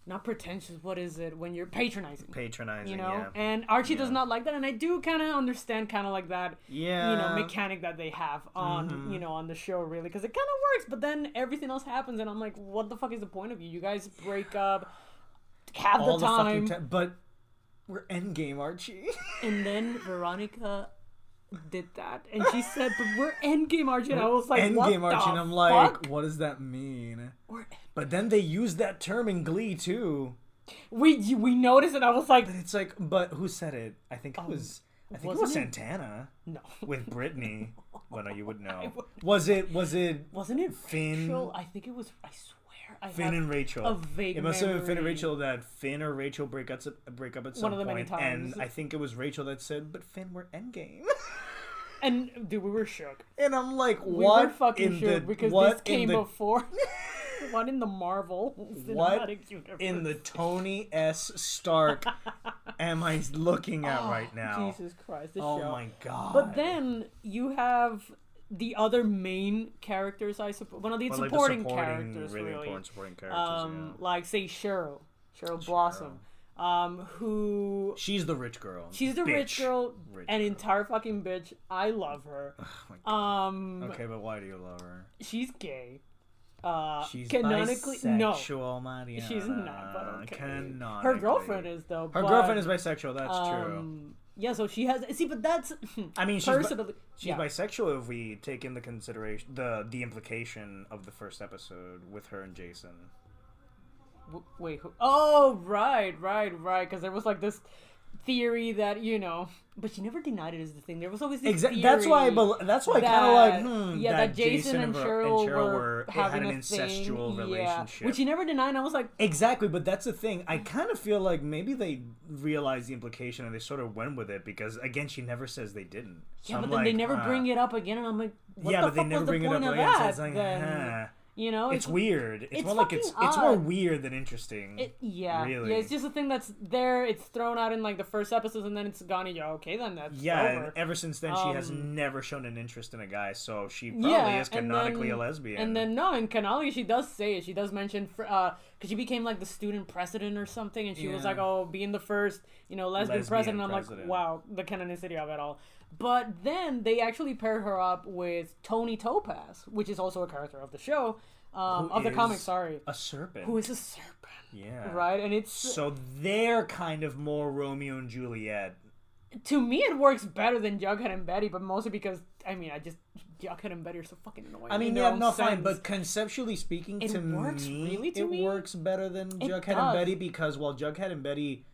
not pretentious. What is it when you're patronizing? Patronizing, you know yeah. and archie does not like that and i do kind of understand kind of like that you know Yeah. Mm-hmm. mechanic that they have on you know on the show really because it kind of works but then everything else happens and i'm like what the fuck is the point of you you guys break up have all the the, time fucking time. But we're endgame Archie. and then veronica did that and she said but we're endgame archie and i was like what endgame the Archie, and I'm fuck? like, what does that mean? We're- But then they use that term in Glee too. we we noticed and i was like It's like, but who said it? I think it was. I think it was Oh, wasn't Santana no with Brittany. well, no, you would know. Was it? Was it wasn't it Finn- Rachel? i think it was i swear i Finn have- and Rachel? a vague It must have been Finn and memory. Rachel that Finn or Rachel break up. Break up at some of the many point, times. and I think it was Rachel that said, "But Finn, we're endgame." and dude we were shook and I'm like, We what? were fucking in sure the, because what this came in the, before. what in the Marvel What cinematic universe? in the Tony S. Stark am I looking at right now? Oh, Jesus Christ, this oh show. my god! But then you have the other main characters, I suppose. Well, no, the, But, like, the supporting, characters, really, really. important supporting characters. um, yeah. Like, say, Cheryl. Cheryl, Blossom. Um, who. She's the rich girl. She's the rich Bitch. girl, Rich an girl. entire fucking bitch. I love her. my um, Okay, but why do you love her? she's gay. Uh, She's canonically, no, bisexual, no. Mariana. She's not, but okay. Canonically. Her girlfriend is though. Uh, Her but, girlfriend is bisexual. That's true. um, Yeah, so she has. See, but that's I mean, she's, bi- personally. she's yeah. bisexual if we take in the consideration the the implication of the first episode with her and Jason. W- Wait. Who- oh, right, right, right. Because there was like this theory that you know, but she never denied it. Is the thing. There was always this Exactly. theory That's why. I bel that's why I kind of that- like. Hmm, yeah, that, Jason, and, Ver- Cheryl were, had having an a thing, incestual relationship. yeah, which Mm. he never denied. And I was like, exactly, but that's the thing. I kind of feel like maybe they realized the implication and they sort of went with it because again, she never says they didn't. So yeah, I'm but then they like, never huh. bring it up again, and I'm like, what yeah, the but fuck they never was the bring it up point of again. So that? it's like, then? huh. You know, It's weird. It's, it's more like it's fucking it's more odd. weird than interesting. It, yeah, Really. yeah. It's just a thing that's there. It's thrown out in like the first episodes, and then it's gone. And you're okay, then that's yeah, over. Um, and ever since then she has never shown an interest in a guy, so she probably yeah, is canonically and then, a lesbian. And then no, in Canali she does say it. She does mention fr- uh, because she became like the student president or something, and she was Yeah. like, oh, being the first, you know, lesbian, Lesbian president. I'm like, president. wow, the canonicity of it all. But then they actually paired her up with Tony Topaz, which is also a character of the show, um, Who of the comic. is Sorry, a serpent. who is a serpent, yeah. right? And it's So they're kind of more Romeo and Juliet. to me it works better than Jughead and Betty, but mostly because I mean I just Jughead and Betty are so fucking annoying. I mean, in their yeah, own no, fine, sense. but conceptually speaking, It to works me, really to it me. works better than Jughead does. and Betty because while Jughead and Betty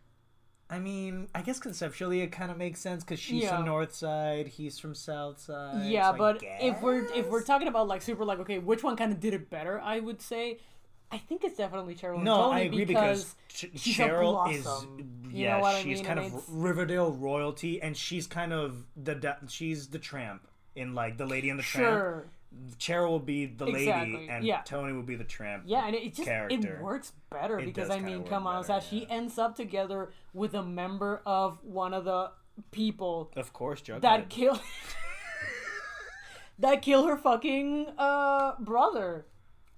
I mean, I guess conceptually it kind of makes sense because she's Yeah. from North Side, he's from South Side. yeah, so I but if we're if guess. we're talking about like super like okay, which one kind of did it better? I would say, I think it's definitely Cheryl. no, and Tony I agree because, because, Ch- she's a Cheryl is blossom. You know yeah, what I she's mean? kind And of it's- Riverdale royalty, and she's kind of the da- she's the tramp in like the Lady and the sure, Tramp. Cheryl will be the Exactly, lady, and yeah. Tony will be the tramp. yeah, and it, it just Character. it works better because does I kinda mean, work come on, better, Sasha, she ends up together with a member of one of the people of course, Jughead. that kill that kill her fucking uh brother.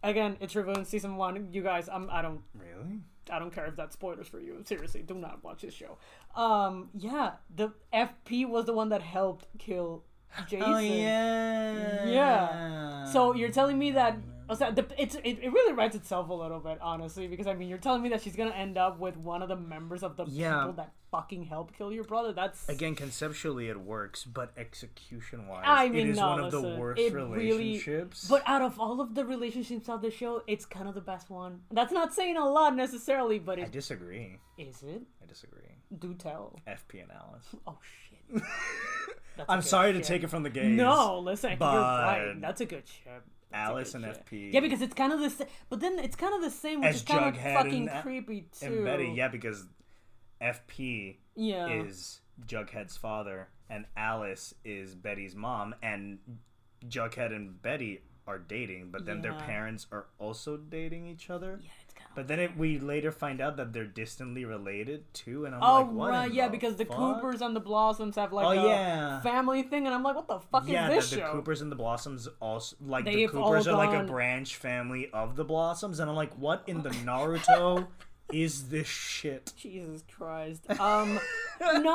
Again, it's revealed in season one. You guys, I'm I don't really? I don't care if that's spoilers for you. Seriously, do not watch this show. Um, yeah, the FP was the one that helped kill Jason. Oh yeah, Yeah. So you're telling me that oh, so the, it's it, it really writes itself a little bit, honestly, because I mean you're telling me that she's gonna end up with one of the members of the Yeah. people that fucking helped kill your brother. That's Again, conceptually it works, but execution-wise, I mean, it is no, one of the listen, worst it really- relationships. But out of all of the relationships of the show, it's kind of the best one. That's not saying a lot necessarily, but I it disagree. is it. I disagree. Do tell. FP and Alice. Oh shit. That's a I'm good sorry to shit. take it from the gays. No, listen, you're right. but That's a good ship. Alice and FP. Yeah, because it's kind of the same. But then it's kind of the same, which As is kind Jughead of fucking and- creepy too. and Betty. Yeah, because FP Yeah. is Jughead's father, and Alice is Betty's mom, and Jughead and Betty are dating, but then their Yeah. parents are also dating each other. Yeah, it's kind of. But then it, we later find out that they're distantly related too, and I'm Oh like, what? right, in yeah, the because the fuck? Coopers and the Blossoms have like Oh, a yeah. family thing, and I'm like, what the fuck Yeah, is this the, the show? Coopers and the Blossoms also like the They've all Coopers are like a gone- branch family of the Blossoms, and I'm like, what in the Naruto is this shit? Jesus Christ. Um,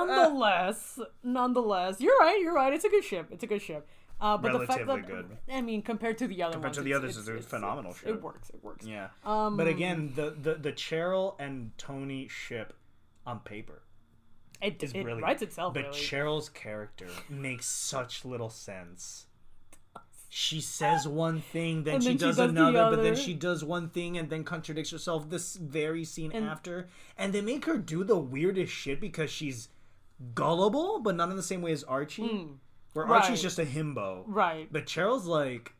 nonetheless, nonetheless, you're right. You're right. It's a good ship. It's a good ship. Uh, but the fact that Relatively good. I mean, compared to the other Compared ones, to the it's- others, it's, it's a it's- phenomenal it's- ship. It works. It works. Yeah. Um, but again, the the the Cheryl and Tony ship on paper it, is it brilliant. writes itself. But really. Cheryl's character makes such little sense. She says one thing, then, And she, then she does does the another, but then other. she does one thing and then contradicts herself this very scene after. And they make her do the weirdest shit because she's gullible, but not in the same way as Archie. Where Hmm. Right. Archie's just a himbo. right. But Cheryl's like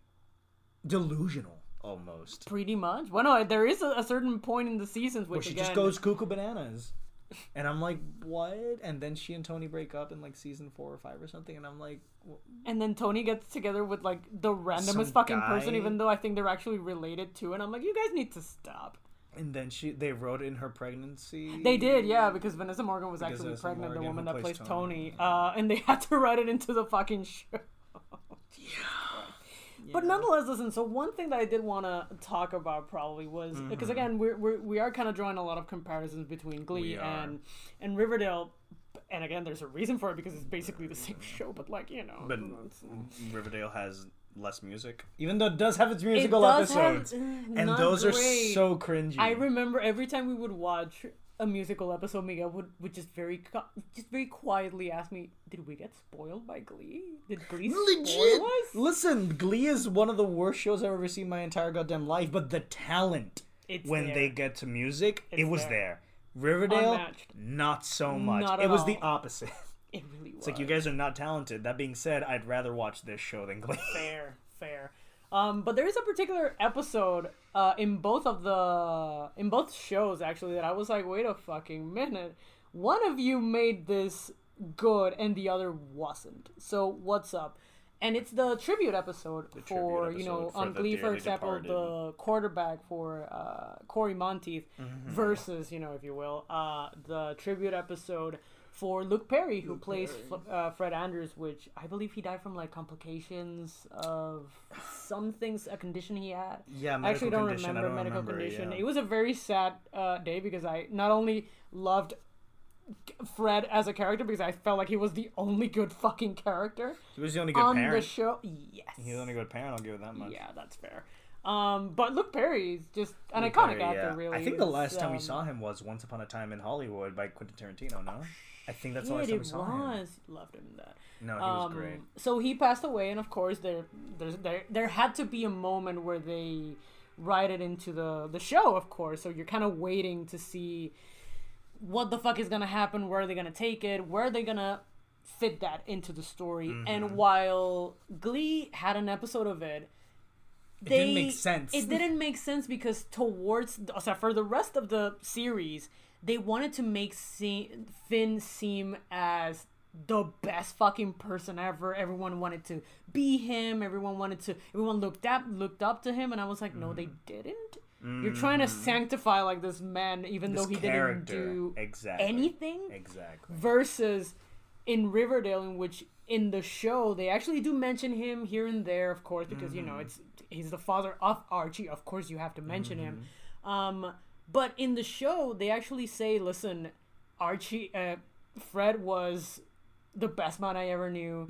delusional almost. Pretty much. Well, no, there is a, a certain point in the seasons which Where she again, just goes cuckoo bananas. And I'm like, what? And then she and Tony break up in like season four or five or something. And I'm like, and then Tony gets together with like the randomest Some fucking person, guy. even though I think they're actually related to. And I'm like, you guys need to stop. And then she they wrote in her pregnancy. They did, yeah, because Vanessa Morgan was actually Vanessa pregnant, the Morgan, woman who that plays plays Tony, Tony. uh, and they had to write it into the fucking show. But nonetheless, listen. So one thing that I did want to talk about probably was Mm-hmm. because again we're, we're we are kind of drawing a lot of comparisons between Glee We are. and and Riverdale, and again there's a reason for it because it's basically the same show, but like you know, Mm. But it's- Riverdale has less music, even though it does have its it musical does episodes, have and and those are so cringy. I remember every time we would watch a musical episode, Miguel would, would just very co- just very quietly ask me, "Did we get spoiled by Glee? Did Glee Legit. spoil us?" Listen, Glee is one of the worst shows I've ever seen in my entire goddamn life. But the talent It's when there. they get to music, it It's was there. there. Riverdale, Unmatched. not so much. Not at it was all. the opposite. it really was. It's like you guys are not talented. That being said, I'd rather watch this show than Glee. fair, fair. Um, but there is a particular episode uh, in both of the in both shows actually that I was like, wait a fucking minute, one of you made this good and the other wasn't. So what's up? And it's the tribute episode for tribute you know episode for on the Glee, for dearly example, the departed. quarterback for uh, Corey Monteith Mm-hmm. versus you know if you will uh, the tribute episode for Luke Perry who plays F- uh, Fred Andrews, which I believe he died from like complications of some things a condition he had. Yeah, I actually medical don't condition. I remember don't medical remember, condition. yeah. It was a very sad uh, day because I not only loved Fred as a character because I felt like he was the only good fucking character He was the only good on parent. the show. Yes. He was the only good parent. I'll give it that much. Yeah, that's fair. Um, but Luke Perry's just an iconic Very, actor, yeah. really. I think the It's, last time we um, saw him was Once Upon a Time in Hollywood by Quentin Tarantino. No, I think that's the Yeah, last it time we saw him. was. Loved him in that. No, he was Um, great. So he passed away, and of course there, there's there, there had to be a moment where they write it into the the show, of course. So you're kind of waiting to see what the fuck is gonna happen? Where are they gonna take it? Where are they gonna fit that into the story? Mm-hmm. And while Glee had an episode of it, they, didn't make sense. It didn't make sense because towards, o sea, for the rest of the series, they wanted to make se- Finn seem as the best fucking person ever. Everyone wanted to be him. Everyone wanted to. Everyone looked up looked up to him, and I was like, no, Mm-hmm. they didn't. You're trying to sanctify like this man, even This though he character. didn't do exactly. anything Exactly. versus in Riverdale, in which in the show they actually do mention him here and there, of course, because you Mm-hmm. know it's he's the father of Archie. Of course, you have to mention Mm-hmm. him. Um, but in the show, they actually say, "Listen, Archie, uh, Fred was." The best man I ever knew.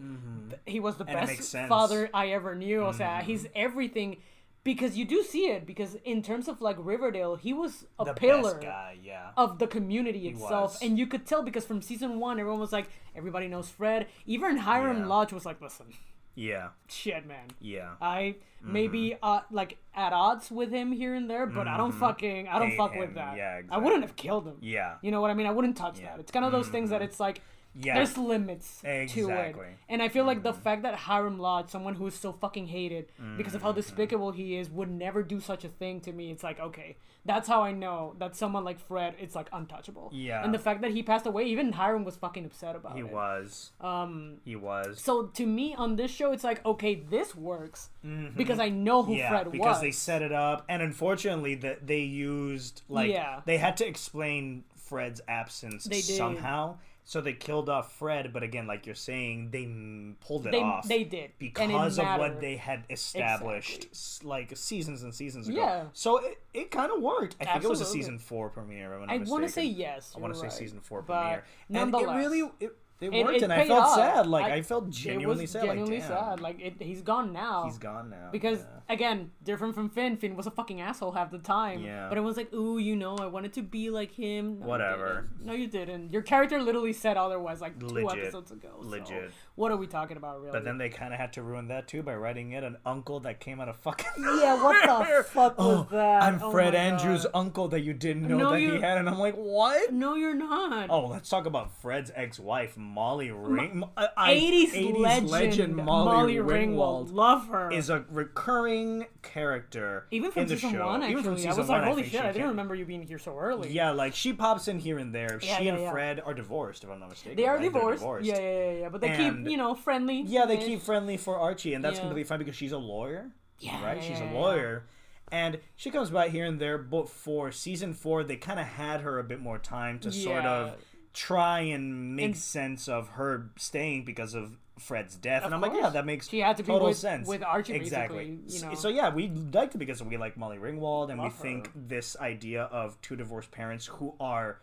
Th- He was the Mm-hmm. it best makes sense. Mm-hmm. father I ever knew. O sea, he's everything because you do see it. Because in terms of like Riverdale, he was a The pillar best guy. Yeah. of the community itself was. and you could tell because from season one everyone was like everybody knows fred even hiram Yeah. lodge was like listen Yeah. shit man Yeah. i Mm-hmm. may be uh, like at odds with him here and there but i don't fucking i don't Mm-hmm. Hate fuck him. with that Yeah, i exactly. wouldn't have killed him Yeah. you know what i mean i wouldn't touch Yeah. Mm-hmm. that it's kind of those things that it's like Yeah. there's limits to it Exactly. Mm-hmm. and i feel like the fact that hiram lodge someone who is so fucking hated because of how Mm-hmm. despicable he is would never do such a thing to me it's like okay that's how i know that someone like fred it's like untouchable Yeah. and the fact that he passed away even hiram was fucking upset about He it was. Um. He was. so to me on this show it's like okay this works because i know who fred Mm-hmm. was because they set it up, and unfortunately, that they used like Yeah. they had to explain Fred's absence They did. somehow. So they killed off Fred, but again, like you're saying, they mm, pulled it They- off. they did, and it because of what mattered. they had established, s like seasons and seasons ago. Yeah. So it, it kind of worked. I think it was a Absolutely. season four premiere. When i I'm want to say mistaken. yes I you're want to say right. season four But premiere, and it nonetheless, really it, it worked, it and I paid felt off. sad. Like I- I, felt genuinely it was sad. genuinely like, damn, sad like it, he's gone now he's gone now. Because yeah. again, different from Finn, Finn was a fucking asshole half the time. Yeah. But it was like, ooh, you know, I wanted to be like him. No, you Whatever. didn't. No, you didn't. Your character literally said otherwise like two Legit. episodes ago. so Legit. what are we talking about, really? But then they kind of had to ruin that too by writing it an uncle that came out of fucking. yeah, what the fuck was that? I'm Oh Fred my Andrews' God. uncle that you didn't know No, that you- he had, and I'm like, what? No, you're not. Oh, let's talk about Fred's ex-wife, Molly Ring. I- I- 80s, 80s legend, Molly, Ringwald. Love her. is a recurring character Even from in the season show. one, actually, Even from I season was like, one, holy shit, think she I didn't came- remember you being here so early. Yeah, like she pops in here and there. Yeah, she yeah, and yeah. Fred are divorced, if I'm not mistaken. They are right? They're divorced. Yeah, yeah, yeah, yeah. But they And- keep, you know, friendly. Yeah, they ish. keep friendly for Archie, and that's Yeah. completely fine because she's a lawyer. Yeah, right. yeah, she's yeah, a yeah. lawyer, and she comes by here and there. But for season four, they kind of had her a bit more time to sort of Yeah. try and make And- sense of her staying because of Fred's death. and I'm like, yeah, course. that makes She had to be total with- sense with Archie, Exactly. basically, you So- know. So yeah, we liked it because we like Molly Ringwald, Love and we her. think this idea of two divorced parents who are.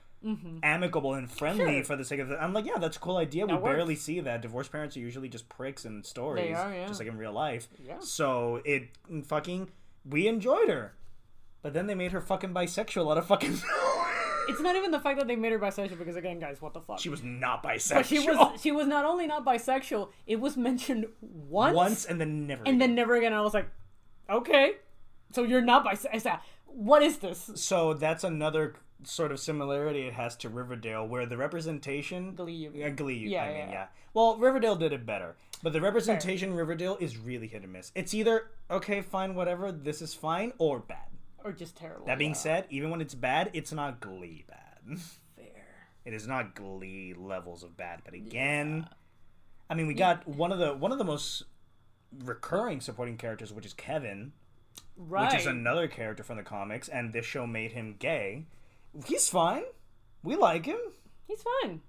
Amicable and friendly Sure. for the sake of the. I'm like, yeah, that's a cool idea. we That works. barely see that. Divorced parents are usually just pricks in stories, are, yeah. just like in real life. Yeah. So it mm, fucking we enjoyed her, but then they made her fucking bisexual out of fucking. It's not even the fact that they made her bisexual because again, guys, what the fuck? she was not bisexual. But she was she was not only not bisexual, it was mentioned once, once and then never. and again. then never again. I was like, okay, so you're not bisexual. What is this? so that's another sort of similarity it has to Riverdale, where the representation Glee, you Yeah, mean. Glee. you- Yeah, I mean, yeah. yeah. Well, Riverdale did it better, but the representation in Riverdale is really hit and miss. It's either okay, fine, whatever, this is fine, or bad. Or just terrible. That being said, even when it's bad, it's not Glee bad. fair. It is not Glee levels of bad, but again, I mean, we got one of the one of the most recurring supporting characters, which is Kevin, Right. which is another character from the comics, and this show made him gay. He's fine. We like him. He's fine.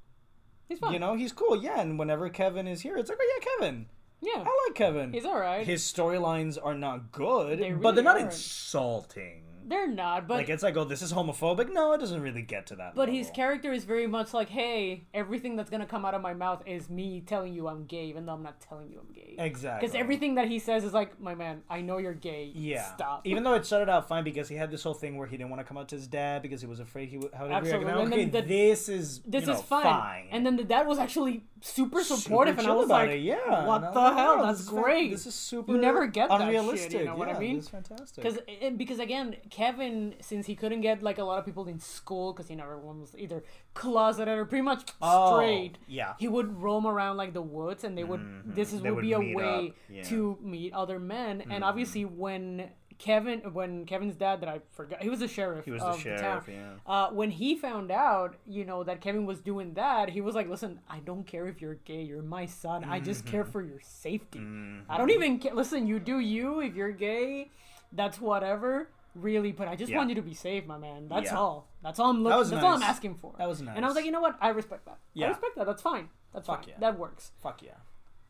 He's fine. You know, he's cool. Yeah, and whenever Kevin is here, it's like, oh yeah, Kevin. yeah. I like Kevin. He's all right. His storylines are not good, They but really they're not aren't. insulting. They're not, but Like it's like, oh, this is homophobic. No, it doesn't really get to that. but his level. character is very much like, hey, everything that's gonna come out of my mouth is me telling you I'm gay, even though I'm not telling you I'm gay. exactly Because everything that he says is like, my man, I know you're gay. Yeah. Stop. Even though it started out fine because he had this whole thing where he didn't want to come out to his dad because he was afraid he would. How would react. Absolutely. And I'm And like, then okay, the- this is this you know, is fun. And then the dad was actually super Super supportive, and I chill was about like, it, yeah. what And I was the like, hell? wow, That's this is fan- great. This is super. never get that shit, you unrealistic. know what I Yeah, mean? This is fantastic. Because because again, Kevin, since he couldn't get like a lot of people in school because you know everyone was either closeted or pretty much Oh, straight, yeah. Mm-hmm. he would roam around like the woods, and they would. This is, They would, would be a meet way up, yeah. Mm-hmm. to meet other men, and obviously when Kevin, when Kevin's dad, that I forgot, he was the sheriff. He was the of town. sheriff, yeah. Uh, when he found out, you know, that Kevin was doing that, he was like, "Listen, I don't care if you're gay. You're my son. I just Mm-hmm. care for your safety. I don't even care. Listen, you do you. If you're gay, that's whatever, really. But I just Yeah. want you to be safe, my man. That's Yeah. all. That's all I'm looking. was That's all I'm nice. asking for. That was And I was nice. like, you know what? I respect that. Yeah. I respect that. That's fine. That's fine. yeah. That works. Fuck yeah.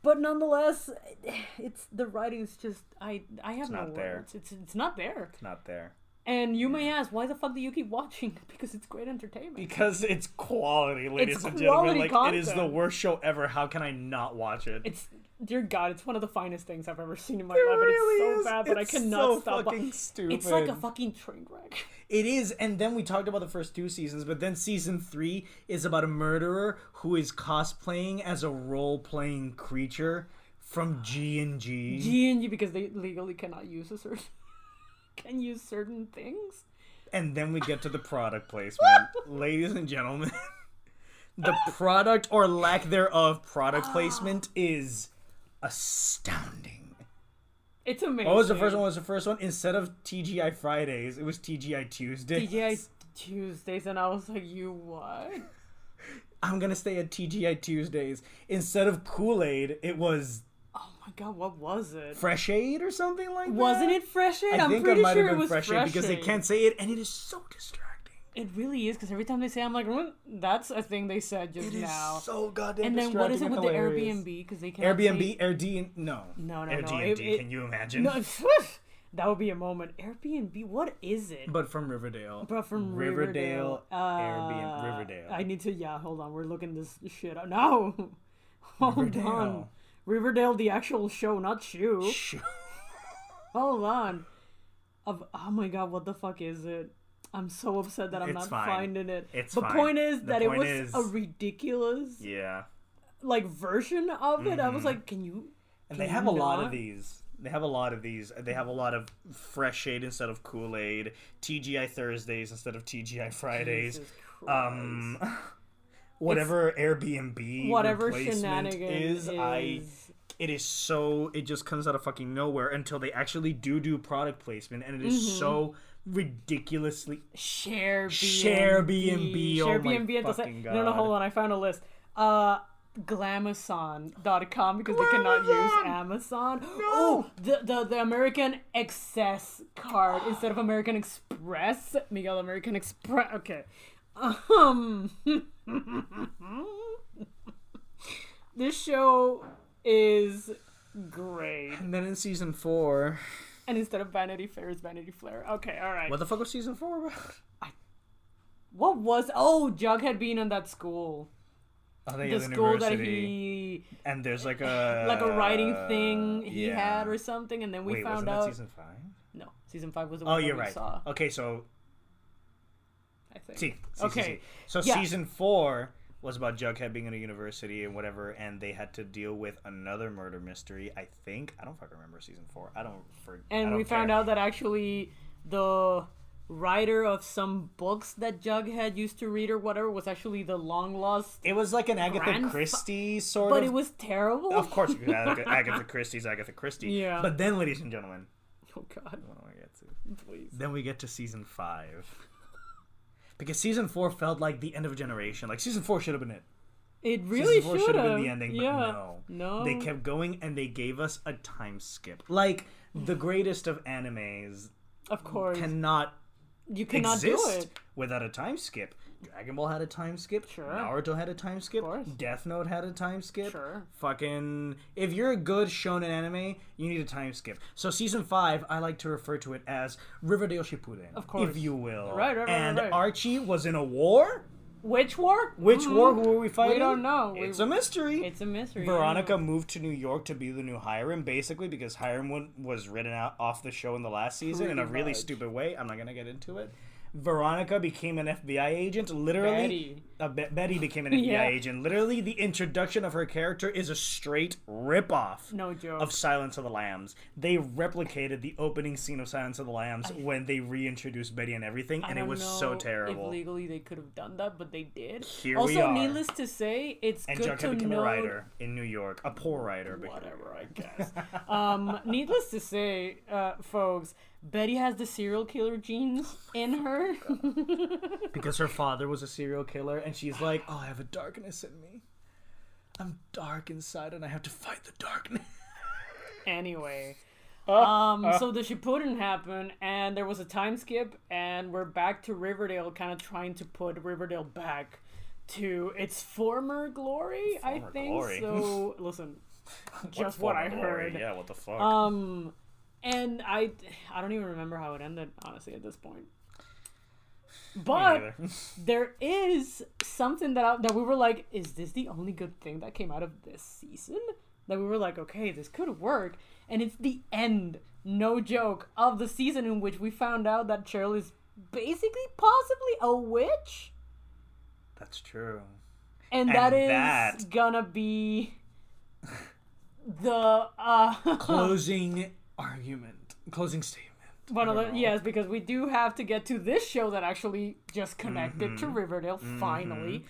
But nonetheless, it's the writing's just I I have no not there. words. It's it's not there. Not there. And you may ask, why the fuck do you keep watching? Because it's great entertainment. Because it's quality, ladies and gentlemen. quality Like it is the content. worst show ever. How can I not watch it? It's dear God, it's one of the finest things I've ever seen in my life. and it's so bad that I cannot stop. wa- stupid. It's like a fucking train wreck. It is, and then we talked about the first two seasons, but then season three is about a murderer who is cosplaying as a role-playing creature from G and G, G and G because they legally cannot use a certain can use certain things. and then we get to the product placement. placement. ladies and gentlemen, the product or lack thereof product placement is astounding. It's amazing. What was the first one? What was the first one? Instead of TGI Fridays, it was TGI Tuesdays. TGI Tuesdays, and I was like, you what? Oh I'm gonna stay at TGI Tuesdays. Instead of Kool Aid, it was Oh my God, what was it? Fresh Aid or something like that. Wasn't it fresh aid? I I'm think pretty it might sure have it been was Fresh Aid because they Aid. can't say it, and it is so distracting. It really is because every time they say, I'm like, "Mm, that's a thing they said just It is now. so goddamn. and then what is distracting it with and the hilarious. Airbnb? Because they can't Airbnb, Airbnb, no, No, no, no. Airbnb. It- it- can you imagine? No, that would be a moment. Airbnb, what is it? But from Riverdale. Bro, from Riverdale, Riverdale, Airbnb- uh, Riverdale. I need to. Yeah, hold on. We're looking this shit up. No, hold on. Riverdale. Riverdale, the actual show, not you. Shoo. Hold on. Of oh my god, what the fuck is it? I'm so upset that I'm It's not fine. finding it. It's the fine. point is The that it point was is- a ridiculous yeah. like version of it. I Mm-hmm. was like, can you? And they can have a you lot of not? these. They have a lot of these. They have a lot of Fresh Aid instead of Kool Aid, TGI Thursdays instead of TGI Fridays, Jesus um, whatever Airbnb Whatever replacement shenanigan is, I is- it is so it just comes out of fucking nowhere until they actually do do product placement, and it is Mm-hmm. so ridiculously Share Sharebnb, oh my fucking No, no, God. hold on. I found a list. Uh, Glamazon.com because they cannot use Amazon. Oh, the, the the American Excess card instead of American Express. Miguel American Express. Okay. Um, this show is great. And then in season four, And instead of Vanity Fair, it's Vanity Flair. Okay, all right. what the fuck was season four about? What was oh Jughead being in that school, Oh, they the have school that university, he and there's like a like a writing thing he Uh, yeah. had or something, and then we Wait, found wasn't out that season five? no season five was the Oh, one that you're we right. saw. Okay, so I think. See, see, see, okay, see. So Yeah. season four was about Jughead being in a university and whatever, and they had to deal with another murder mystery. I think I don't fucking remember season four. I don't. For, I and don't we found care. out that actually the writer of some books that Jughead used to read or whatever was actually the long lost, it was like an Agatha Grandfa- Christie sort but of. Oh. it was terrible. of course, you could have Agatha, Agatha Christie's Agatha Christie. Yeah. But then, ladies and gentlemen, Oh God, what do I get to? please. Then we get to season five. Because season four felt like the end of a generation. Like season four should have been it. It really season four should have been the ending, but Yeah. no. No. They kept going and they gave us a time skip. Like the greatest of animes Of course, cannot you cannot exist do it. without a time skip. Dragon Ball had a time skip. Sure. Naruto had a time skip. course. Death Note had a time skip. Sure. Fucking if you're a good shonen anime, you need a time skip. So season 5, I like to refer to it as Riverdale Shippuden, of course. if you will. Right, right, right, right, And right. Archie was in a war? Which war? Which war who were we fighting? Mm-hmm. don't know. We- It's a mystery. It's a mystery. Veronica moved to New York to be the new Hiram, basically because Hiram wa- was written out off the show in the last season in a Pretty really much. stupid way. I'm not gonna get into it. Veronica became an FBI agent. Literally, Betty. Uh, Be- Betty became an FBI Yeah. agent. Literally, the introduction of her character is a straight ripoff No joke. of Silence of the Lambs. They replicated the opening scene of Silence of the Lambs when they reintroduced Betty and everything, I and it don't was know so terrible. If legally they could have done that, but they did. Here we also, are. needless to say, it's and good Jughead to became know. a writer in New York, a poor writer. because- Whatever, I guess. um, needless to say, uh, folks, Betty has the serial killer genes in her. because her father was a serial killer, and she's like, "Oh, I have a darkness in me. I'm dark inside, and I have to fight the darkness." anyway. um, so the Shippuden happened, and there was a time skip, and we're back to Riverdale, kind of trying to put Riverdale back to its former glory. I Former think glory. so. Listen, just what I heard. Yeah, what the fuck? Um, and I, I don't even remember how it ended, honestly, at this point. But there is something that I, that we were like, is this the only good thing that came out of this season? That we were like, okay, this could work, and it's the end, no joke, of the season in which we found out that Cheryl is basically possibly a witch, That's true. and, And that is that- gonna be the uh Closing Argument. closing statement. One of the yes, because we do have to get to this show that actually just connected to Mm-hmm. Riverdale finally.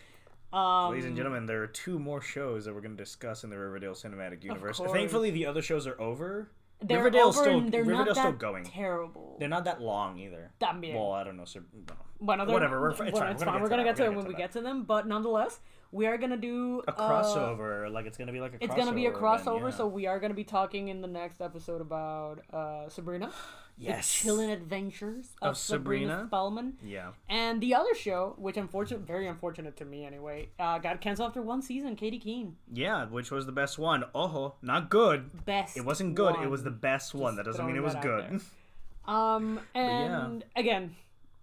Um, Ladies and gentlemen, there are two more shows that we're going to discuss in the Riverdale Cinematic Universe. course. Thankfully, the other shows are over. they're Riverdale's over still- and they're Riverdale's not still that going. Terrible. They're not that long either. También. Well, I don't know. So, no. One other- Whatever, we're- it's well, fine, we're gonna We're get gonna to get to that, it when we get to them, but nonetheless, we are gonna do A uh, crossover, like it's going to be like a. it's crossover gonna be a event, crossover, yeah. so we are gonna be talking in the next episode about uh, Sabrina, yes, Chilling Adventures of, Of Sabrina. Sabrina? Spellman. Yeah. And the other show, which unfortunate, very unfortunate to me anyway, uh, got canceled after one season. Katie Keene, Yeah, which was the best one. Oh, not good. best. It wasn't good. It one. was the best one. That doesn't mean throwing it was that out good. Um, yeah. Mm-hmm. and again,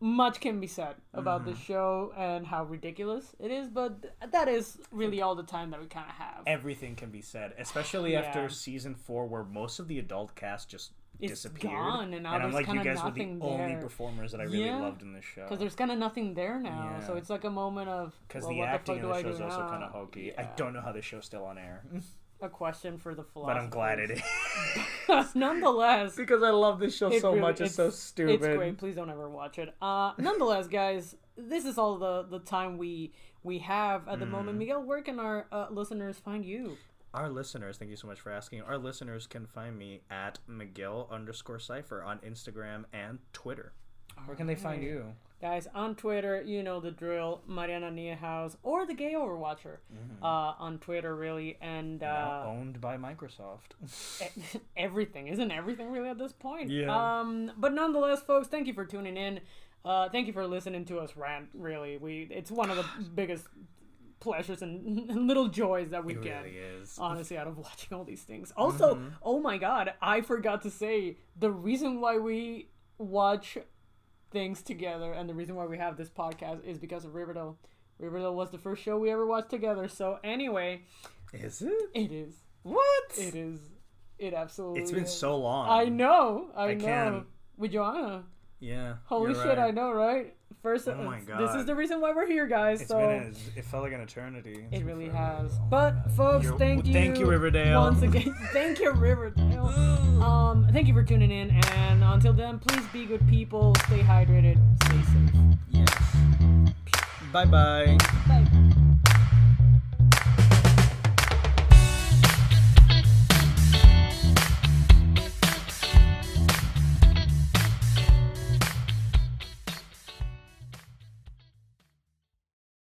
much can be said about this show and how ridiculous it is, but th- that is really all the time that we kind of have. Everything can be said, especially Yeah. after season four, where most of the adult cast just It's disappeared. gone, and now I'm there's like, you kinda guys were the nothing only there. performers that I really Yeah. loved in this show. Because there's kind of nothing there now, so Yeah. it's like a moment of Because well, the what acting the in fuck the do show I is do also now? kind of hokey. I Yeah. don't know how this show's still on air, A question for the philosopher. but I'm glad it is. is. Nonetheless, Because I love this show It really- stupid. It's great. Please don't ever watch it. Uh, nonetheless, guys, this is all the the time we we have at the Mm-hmm. moment. Miguel, where can our uh, listeners find you? Our listeners, thank you so much for asking. Our listeners can find me at Miguel underscore Cipher on Instagram and Twitter. Where can they find you? Guys, on Twitter, you know the drill, Mariana Niehaus or the Gay Overwatcher Mm-hmm. uh, on Twitter, really, and Now uh, owned by Microsoft. e- everything. Isn't everything really at this point? Yeah. Um, but nonetheless, folks, thank you for tuning in. Uh, thank you for listening to us rant, really. we It's one of the biggest pleasures and little joys that we It get. really is. honestly out of watching all these things. Also, Mm-hmm. oh my god, I forgot to say the reason why we watch things together and the reason why we have this podcast is because of Riverdale. Riverdale was the first show we ever watched together. So anyway, Is it? it is. What? It is. It absolutely. It's been is. so long. I know. I, I know. can- With Joanna. Yeah. Holy you're shit, right. I know, right? First, Oh my this is God. the reason why we're here, guys. It's so been. A, it felt like an eternity. it really has. But folks, You're- thank you. thank you, Riverdale. Once again, thank you, Riverdale. Um, thank you for tuning in, and until then, please be good people, stay hydrated, stay safe. Yes. Bye bye. Bye.